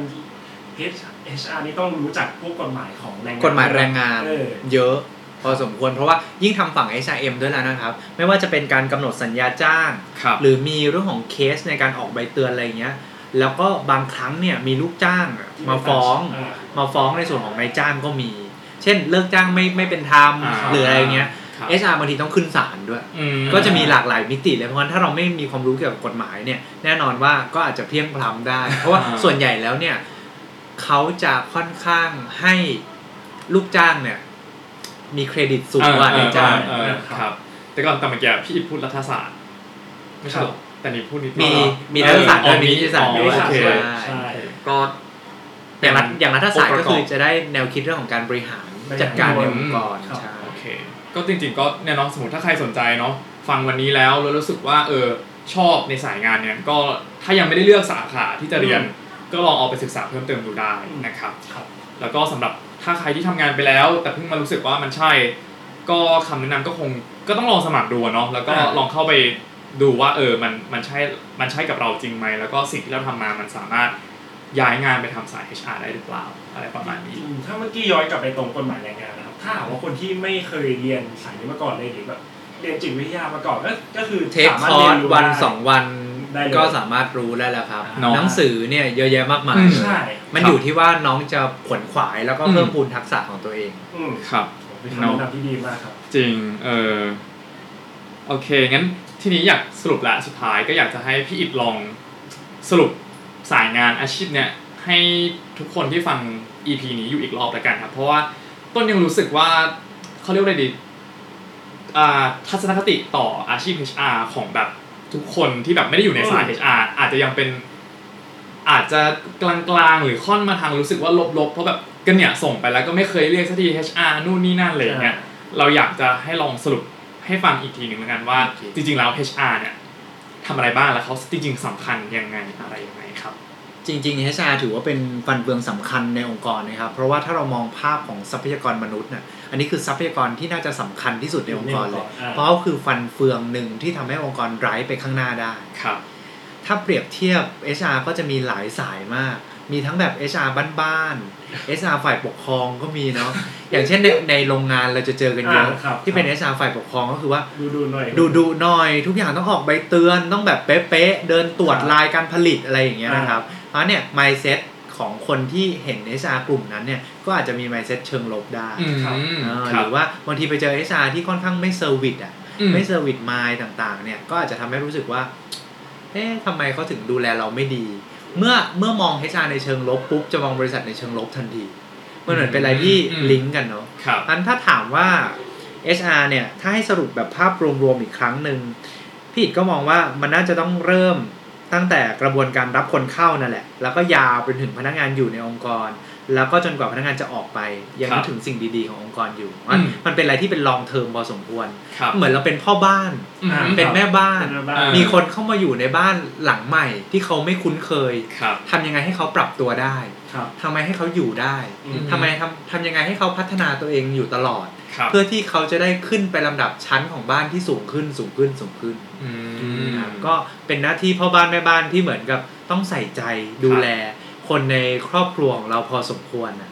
HR นี่ต้องรู้จักพวกกฎหมายของแรงงาน
กฎหมายแรงงาน
เออ
เยอะพอสมควรเพราะว่ายิ่งทำฝั่ง HRM ด้วยแล้วนะครับ ไม่ว่าจะเป็นการกำหนดสัญญาจ้าง
ครับ
หรือมีเรื่องของเคสในการออกใบเตือนอะไรอย่างเงี้ยแล้วก็บางครั้งเนี่ยมีลูกจ้างมาฟ้อง มาฟ้องในส่วนของนายจ้างก็มี เช่นเลิกจ้างไม่ไม่เป็นธรรม
อ่า
หรืออะไรอย่างเงี้ย
ครับ
HR บางทีต้องขึ้นศาลด้วย
อืม
ก็จะมีหลากหลายมิติเลยเพราะฉะนั้นถ้าเราไม่มีความรู้เกี่ยวกับกฎหมายเนี่ยแน่นอนว่าก็อาจจะเพียงพล้ำได้ เพราะว่า
อ่า
ส่วนใหญ่แล้วเนี่ยเขาจะค่อนข้างให้ลูกจ้างเนี่ย มีเครดิตสูงกว่าในจ้าง
เออเออครับ แต่ก่อนแต่เมื่อกี้พี่พูดรัฐศาสตร์ ไม่ใช่หรอแต่นี่พูดนิด
มี
เดียว
มีรัฐศาสตร์
เออ
ด้วยมีนิติศาสตร์
อ๋อ
ด้วย
โอเค
ใช่
ใช่
ก็
อย่างรัฐอย่างรัฐศาสตร์
องค์ประ
ก็
กอบ
คือจะได้แนวคิดเรื่องของการบริหารจัดการในองค์กร
ครับ
ใช่
โอเค ก็จริงๆก็เนี่ยเนาะสมมติถ้าใครสนใจเนาะฟังวันนี้แล้วแล้วรู้สึกว่าเออชอบในสายงานเนี่ยก็ถ้ายังไม่ได้เลือกสาขาที่จะเรียน
อืม
ก็ลองเอาไปศึกษาเพิ่มเติมดูได้นะครับ
ครับ
แล้วก็สำหรับถ้าใครที่ทำงานไปแล้ว แต่เพิ่งมารู้สึกว่ามันใช่ ก็คำแนะนำก็คงก็ต้องลองสมัครดูอะเนาะแล้วก็
อ่า
ลองเข้าไปดูว่าเออมันมันใช่มันใช่กับเราจริงไหมแล้วก็สิ่งที่เราทำมามันสามารถย้ายงานไปทำสาย HR ได้หรือเปล่าอะไรประมาณนี้
อืมถ้าเมื่อกี้ย้อนกลับไปตรงกฎหมายแรงงานนะครับ ถ้าหากว่าคนที่ไม่เคยเรียนสายนี้มาก่อนเลยหรือแบบเรียนจิตวิทยามาก่อนก็ก็คือ
เทค
สา
ค
มารถ
อ
เรี
ร์
ย
ส
นรู้
วัน
ได้
สองวัน
ได้เลย
ก็สามารถรู้ได้แล้วครับ
เนาะ
หนังสือเนี่ยเยอะแยะมากมาย
อืม
ใช่
มันอยู่ที่ว่าน้องจะขวนขวายแล้วก็
อืม
เพิ่มพูนทักษะของตัวเอง
อืม
ครับ
เป็นคำแนะนำที่ดีมากครับ
จริง เออโอเค งั้นทีนี้อยากสรุปละสุดท้ายก็อยากจะให้พี่อิดลองสรุปสายงานอาชีพเนี่ย ให้ทุกคนที่ฟัง EP นี้อยู่อีกรอบละกันครับ เพราะว่าต้นยังรู้สึกว่าเขาเรียกว่าอะไรดีอ่าทัศนคติต่ออาชีพ HR ของแบบทุกคนที่แบบไม่ได้อยู่ในสาย
อืม
HR อาจจะยังเป็น อาจจะกลางๆหรือค่อนมาทางรู้สึกว่าลบๆ เพราะแบบก็เนี่ยส่งไปแล้วก็ไม่เคยเรียกสักที HR นู่นนี่นั่นเลยางเนี่ย เราอยากจะให้ลองสรุปให้ฟังอีกทีหนึ่งแล้วกันว่า
โอเค
จริง ๆ แล้ว HR เนี่ยทำอะไรบ้างแล้วเขาจริง ๆสำคัญยังไงอะไรยังไงครับ
จริงๆ HR ถือว่าเป็นฟันเฟืองสำคัญในองค์กรนะครับ เพราะว่าถ้าเรามองภาพของทรัพยากรมนุษย์น่ะอันนี้คือทรัพยากรที่น่าจะสำคัญที่สุดในองค์กรเล
ใน
ย
องค์กรอ่า
เพราะเขาคือฟันเฟืองหนึ่งที่ทำให้องค์กรไร้ไปข้างหน้าได้
ครับ
ถ้าเปรียบเทียบ HR ก็จะมีหลายสายมาก มีทั้งแบบ HR บ้านๆ HR ฝ่ายปกครองก็มีเนาะ อย่างเช่นในในโรงงานเราจะเจอกันเยอะ
อ่าครับ
ที่เป็น HR ฝ่ายปกครองก็คือว่า
ดูดูหน่อย
ดูดูหน่อยทุกอย่างต้องออกใบเตือนต้องแบบเป๊ะๆ เดินตรวจ
ครับ
ลายการผลิตอะไรอย่างเงี้ย
อ่าน
นะครับเพราะเนี่ย mindset ของคนที่เห็น HR กลุ่มนั้นเนี่ย ก็อาจจะมี mindset เชิงลบได้
อืม
ครับ
เออ
ค
ห
รับ
รือว่าบางทีไปเจอ HR ที่ค่อนข้างไม่เซอร์วิสอ่ะ
อืม
ไม่เซอร์วิสไมล์ต่างๆ เนี่ย ก็อาจจะทำให้รู้สึกว่า เอ๊ะทำไมเขาถึงดูแลเราไม่ดี เมื่อเมื่อมอง HR ในเชิงลบปุ๊บ จะมองบริษัทในเชิงลบทันที มันเหมือนเป็นอะไรที่
อืม
ลิงก์กันเนาะ
ครับ
อันถ้าถามว่า HR เนี่ย ถ้าให้สรุปแบบภาพรวมๆอีกครั้งหนึ่งพี่อิดก็มองว่ามันน่าจะต้องเริ่มตั้งแต่กระบวนการรับคนเข้านั่นแหละ แล้วก็ยาวไปถึงพนักงานอยู่ในองค์กร แล้วก็จนกว่าพนักงานจะออกไป ยัง
ครับ
นึกถึงสิ่งดีๆขององค์กรอยู่
อืม
มันเป็นอะไรที่เป็นลองเทอมพอสมควร
ครับ
เหมือนเราเป็นพ่อบ้าน
อืม
เป็นแม่บ้าน
เป็นแม่บ้าน
มีคนเข้ามาอยู่ในบ้านหลังใหม่ ที่เขาไม่คุ้นเคย
ครับ
ทำยังไงให้เขาปรับตัวได้
ครับ
ทำไมให้เขาอยู่ได้
อืม
ทำไมทำทำยังไงให้เขาพัฒนาตัวเองอยู่ตลอด
ครับ
เพื่อที่เขาจะได้ขึ้นไปลำดับชั้นของบ้านที่สูงขึ้นสูงขึ้นสูงขึ้น
อืม
นะครับก็เป็นหน้าที่พ่อบ้านแม่บ้านที่เหมือนกับต้องใส่ใจดูแล คนในครอบครัวของเราพอสมควรนะ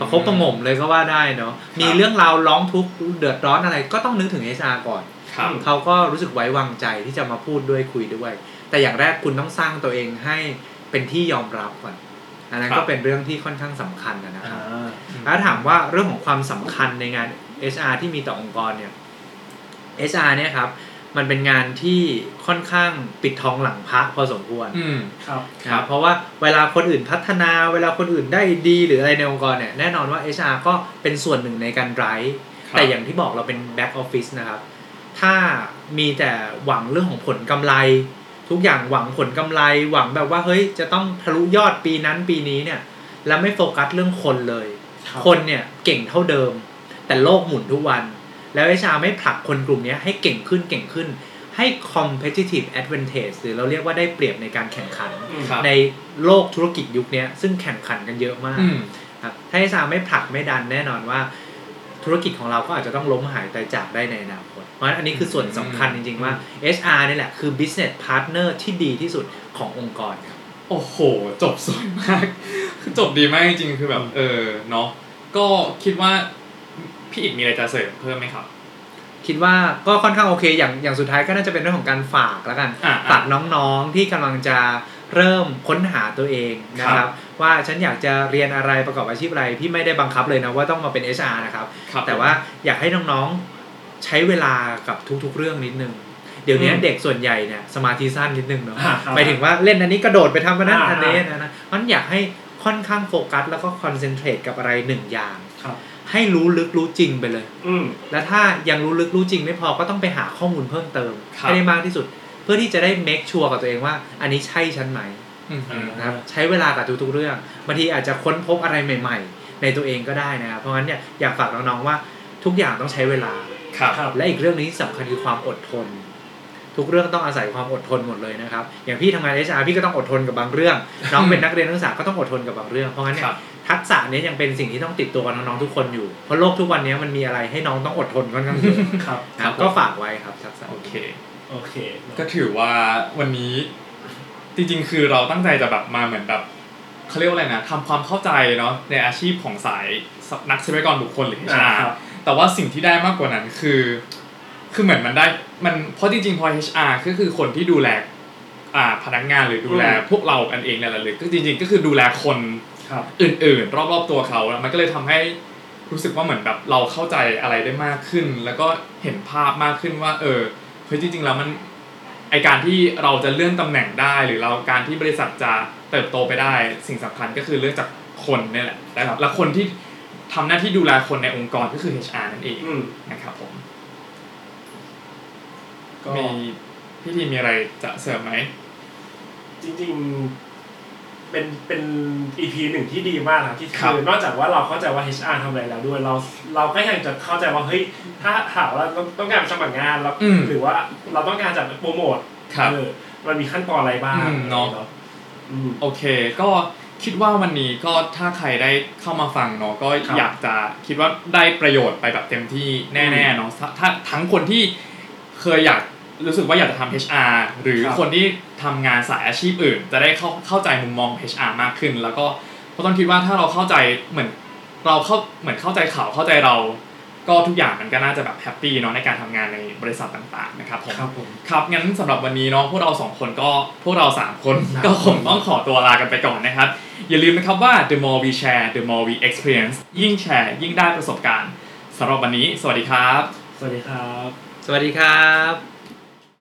ประคบประหงมเลยก็ว่าได้เนาะมีเรื่องราวร้องทุกข์เดือดร้อนอะไรก็ต้องนึกถึงเอชาก่อน
ครับ
เขาก็รู้สึกไว้วางใจที่จะมาพูดด้วยคุยด้วย แต่อย่างแรกคุณต้องสร้างตัวเองให้เป็นที่ยอมรับก่อนอันนั้น
ครั
ก็
บ
เป็นเรื่องที่ค่อนข้างสำคัญนะนะครับ
อ่า
ถ้าถามว่าเรื่องของความสำคัญในงาน HR ที่มีต่อองค์กรเนี่ย HR เนี่ยครับ มันเป็นงานที่ค่อนข้างปิดทองหลังพระพอสมควร
อืม
ครับ
ครับเพราะว่าเวลาคนอื่นพัฒนาเวลาคนอื่นได้ดีหรืออะไรในองค์กรเนี่ยแน่นอนว่า HR ก็เป็นส่วนหนึ่งในการไร้
ครับ
แต่อย่างที่บอกเราเป็น back office นะครับ ถ้ามีแต่หวังเรื่องของผลกำไร ทุกอย่างหวังผลกำไร หวังแบบว่าเฮ้ยจะต้องทะลุยอดปีนั้นปีนี้เนี่ยแล้วไม่โฟกัสเรื่องคนเลย
ครับ
คนเนี่ยเก่งเท่าเดิม แต่โลกหมุนทุกวัน แล้ว HR ไม่ผลักคนกลุ่มเนี้ยให้เก่งขึ้นเก่งขึ้นให้ competitive advantage หรือเราเรียกว่าได้เปรียบในการแข่งขัน
อืม
ครับ
ในโลกธุรกิจยุคเนี้ยซึ่งแข่งขันกันเยอะมาก
อืม
ครับถ้าไอซาไม่ผลักไม่ดันแน่นอนว่า ธุรกิจของเราก็อาจจะต้องล้มหายตายจากได้ในอนาคตเพราะฉะนั้นอันนี้คือส่วนสำคัญจริง ๆ ว่า HR นี่แหละคือ business partner ที่ดีที่สุดขององค์กรครับ
โอ้โห จบสวยมาก คือจบดีมากจริงๆ คือแบบ เออ เนาะ ก็คิดว่า พี่อีกมีอะไรจะเสริมเพิ่มไหมครับ
คิดว่าก็ค่อนข้างโอเค อย่างอย่างสุดท้ายก็น่าจะเป็นเรื่องของการฝากแล้วกัน
อ่ะ
ฝากน้องๆที่กำลังจะเริ่มค้นหาตัวเองนะ
ค
ค
รั
รับ
บ
ว่าฉันอยากจะเรียนอะไรประกอบอาชีพอะไรพี่ไม่ได้บังคับเลยนะว่าต้องมาเป็น HR นะครับ
ครับ
แต่ว่าอยากให้น้องๆใช้เวลากับทุกๆเรื่องนิดนึง เดี๋ยวนี้
อืม
เด็กส่วนใหญ่เนี่ยสมาธิสั้นนิดนึงเนาะ
อ่า
หมายถึงว่าเล่นอันนี้กระโดดไปทำอันนั้น
อ่า
อันนี้นะนะมันอยากให้ค่อนข้างโฟกัสแล้วก็คอนเซนเทรตกับอะไรหนึ่งอย่าง
ครับ
ให้รู้ลึกรู้จริงไปเลย
อืม
แล้วถ้ายังรู้ลึกรู้จริงไม่พอก็ต้องไปหาข้อมูลเพิ่มเติม
ครับ
ให้ได้มากที่สุด เพื่อที่จะได้ make sure กับตัวเองว่า อันนี้ใช่ฉันไหม
อืมอืม
นะครับใช้เวลากับทุกๆเรื่องบางทีอาจจะค้นพบอะไรใหม่ ๆ ในตัวเองก็ได้นะครับเพราะงั้นเนี่ยอยากฝากน้องๆว่าทุกอย่างต้องใช้เวลา
ครับ
ครับ
และอีกเรื่องหนี้สำคัญคือความอดทน ทุกเรื่องต้องอาศัยความอดทนหมดเลยนะครับ อย่างพี่ทำงาน HR พี่ก็ต้องอดทนกับบางเรื่อง น้องเป็นนักเรียนนักศึกษาก็ต้องอดทนกับบางเรื่องเพราะงั้นเนี่
ครั
ย
บ
ทักษะเนี้ยังเป็นสิ่งที่ต้องติดตัวกับน้องๆทุกคนอยู่เพราะโลกทุกวันนี้มันมีอะไรให้น้องต้องอดทนค่อนข้างเยอะ
ครับ
นะครับก็ฝากไว้ครับทักษะ
โอเค
โอเคเนอะ
ก็ถือว่าวันนี้จริงๆ คือเราตั้งใจจะแบบมาเหมือนแบบเขาเรียกว่าอะไรนะทำความเข้าใจเนาะในอาชีพของสายนักทรัพยากรบุคคลหรือ
อ่า
HR
ครับ
แต่ว่าสิ่งที่ได้มากกว่านั้นคือ คือเหมือนมันได้มันเพราะจริงๆ พอ HR ก็คือคนที่ดูแลอ่าพนักงานหรือดูแล
อืม
พวกเรากันเองนั่นแหละเลยก็จริงๆ ก็คือดูแลคน
ครับ
อื่นๆ รอบๆตัวเขาแล้วมันก็เลยทำให้รู้สึกว่าเหมือนแบบเราเข้าใจอะไรได้มากขึ้น แล้วก็เห็นภาพมากขึ้นว่า เออเฮ้ยจริง ๆ แล้วมันไอการที่เราจะเลื่อนตำแหน่งได้ หรือเราการที่บริษัทจะเติบโตไปได้ สิ่งสำคัญก็คือเรื่องจากคนเนี่ยแหละและและคนที่ทำหน้าที่ดูแลคนในองค์กรก็คือ HR นั่นเอง
อืม
นะครับผม
ก็
มีพี่ทีมีอะไรจะเสริมไหม
จริงๆ เป็นเป็นอีพีหนึ่งที่ดีมากนะครับที่
ครับ
คือนอกจากว่าเราเข้าใจว่า HR ทำอะไรแล้วด้วยเราเราก็ยังจะเข้าใจว่าเฮ้ยถ้าถามว่าเราต้องการสมัครงานเรา
อืม
หรือว่าเราต้องการจะโปรโมท
ครับ
เออมันมีขั้นตอนอะไรบ้าง
อืมเนอะ
อืม
โอเค ก็คิดว่าวันนี้ก็ถ้าใครได้เข้ามาฟังเนาะก็
ครับ
อยากจะคิดว่าได้ประโยชน์ไปแบบเต็มที่แน่ๆเนาะถ้าถ้าทั้งคนที่เคยอยากรู้สึกว่าอยากจะทำ HR หรือ
ครับ
คนที่ทำงานสายอาชีพอื่น จะได้เข้าเข้าใจมุมมอง HR มากขึ้น แล้วก็ก็ต้องคิดว่าถ้าเราเข้าใจเหมือนเราเข้าเหมือนเข้าใจเขาเข้าใจเรา ก็ทุกอย่างมันก็น่าจะแบบแฮปปี้เนาะในการทำงานในบริษัทต่างๆนะครับผม
ครับผม
ครับงั้นสำหรับวันนี้เนาะพวกเราสองคนก็พวกเราสามคน ก็คงต้องขอตัวลากันไปก่อนนะครับ อย่าลืมนะครับว่า the more we share the more we experience ยิ่งแชร์ ยิ่งได้ประสบการณ์สำหรับวันนี้ สวัสดีครับ
สวัสดีครับ
สวัสดีครับ